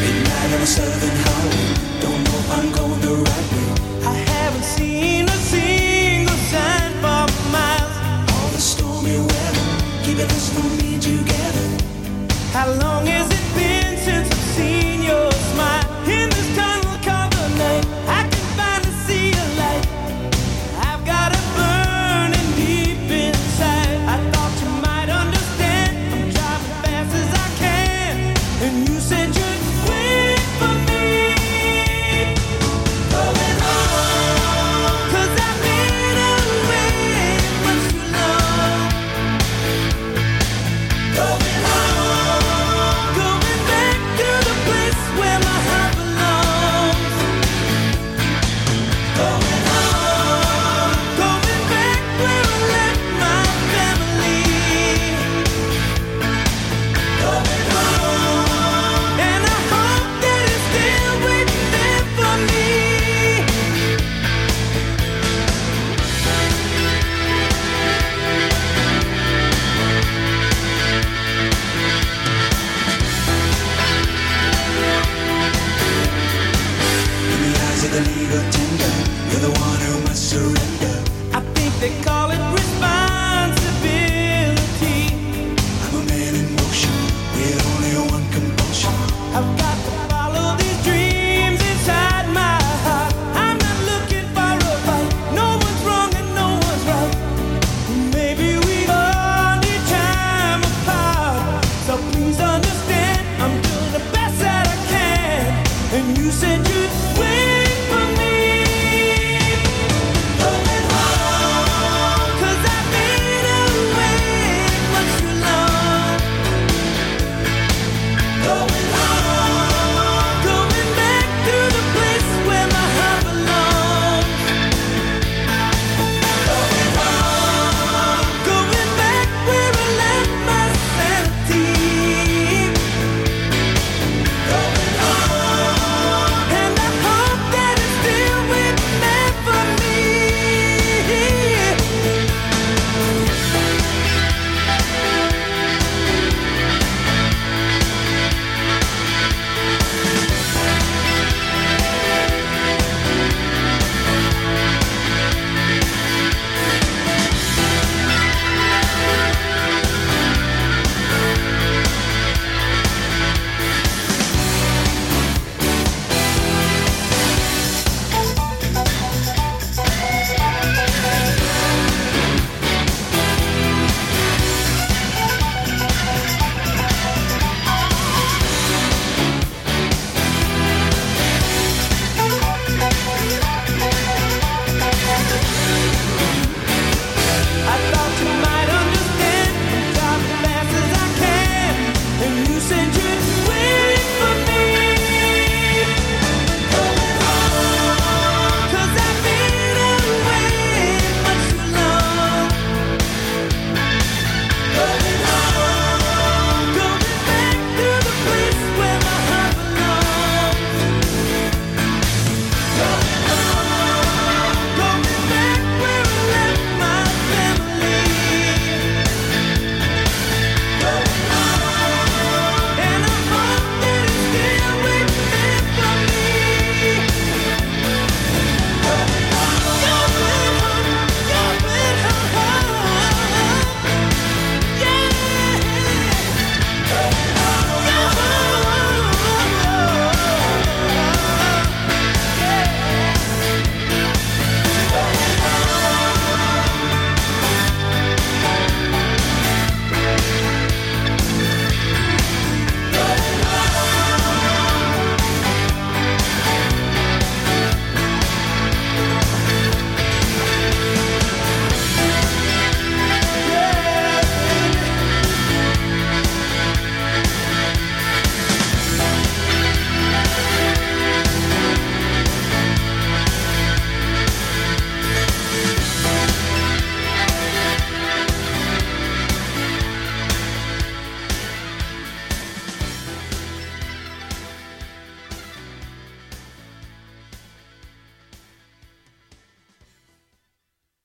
Speaker 3: Midnight on a southern highway. Don't know if I'm going the right way.
Speaker 4: I haven't seen a single sign for miles.
Speaker 3: All the stormy weather keeping us from being together.
Speaker 4: How long has it been since I've seen your smile? In this tunnel called the night, I can finally see a light. I've got it burning deep inside. I thought you might understand. I'm driving fast as I can, and you said you'd wait for me. Going on, 'cause I've been away much too long. Going home, going back to the place where my heart belongs. Going home, going back where I left my family. Going home, and I hope that it's still waiting there for me.
Speaker 3: In the eyes of the legal tender, you're the one who must surrender.
Speaker 4: I think they call it responsibility.
Speaker 3: I'm a man in motion with only one compulsion.
Speaker 4: I've got to follow these dreams inside my heart. I'm not looking for a fight. No one's wrong and no one's right. Maybe we all need time apart. So please understand, I'm doing the best that I can. And you said you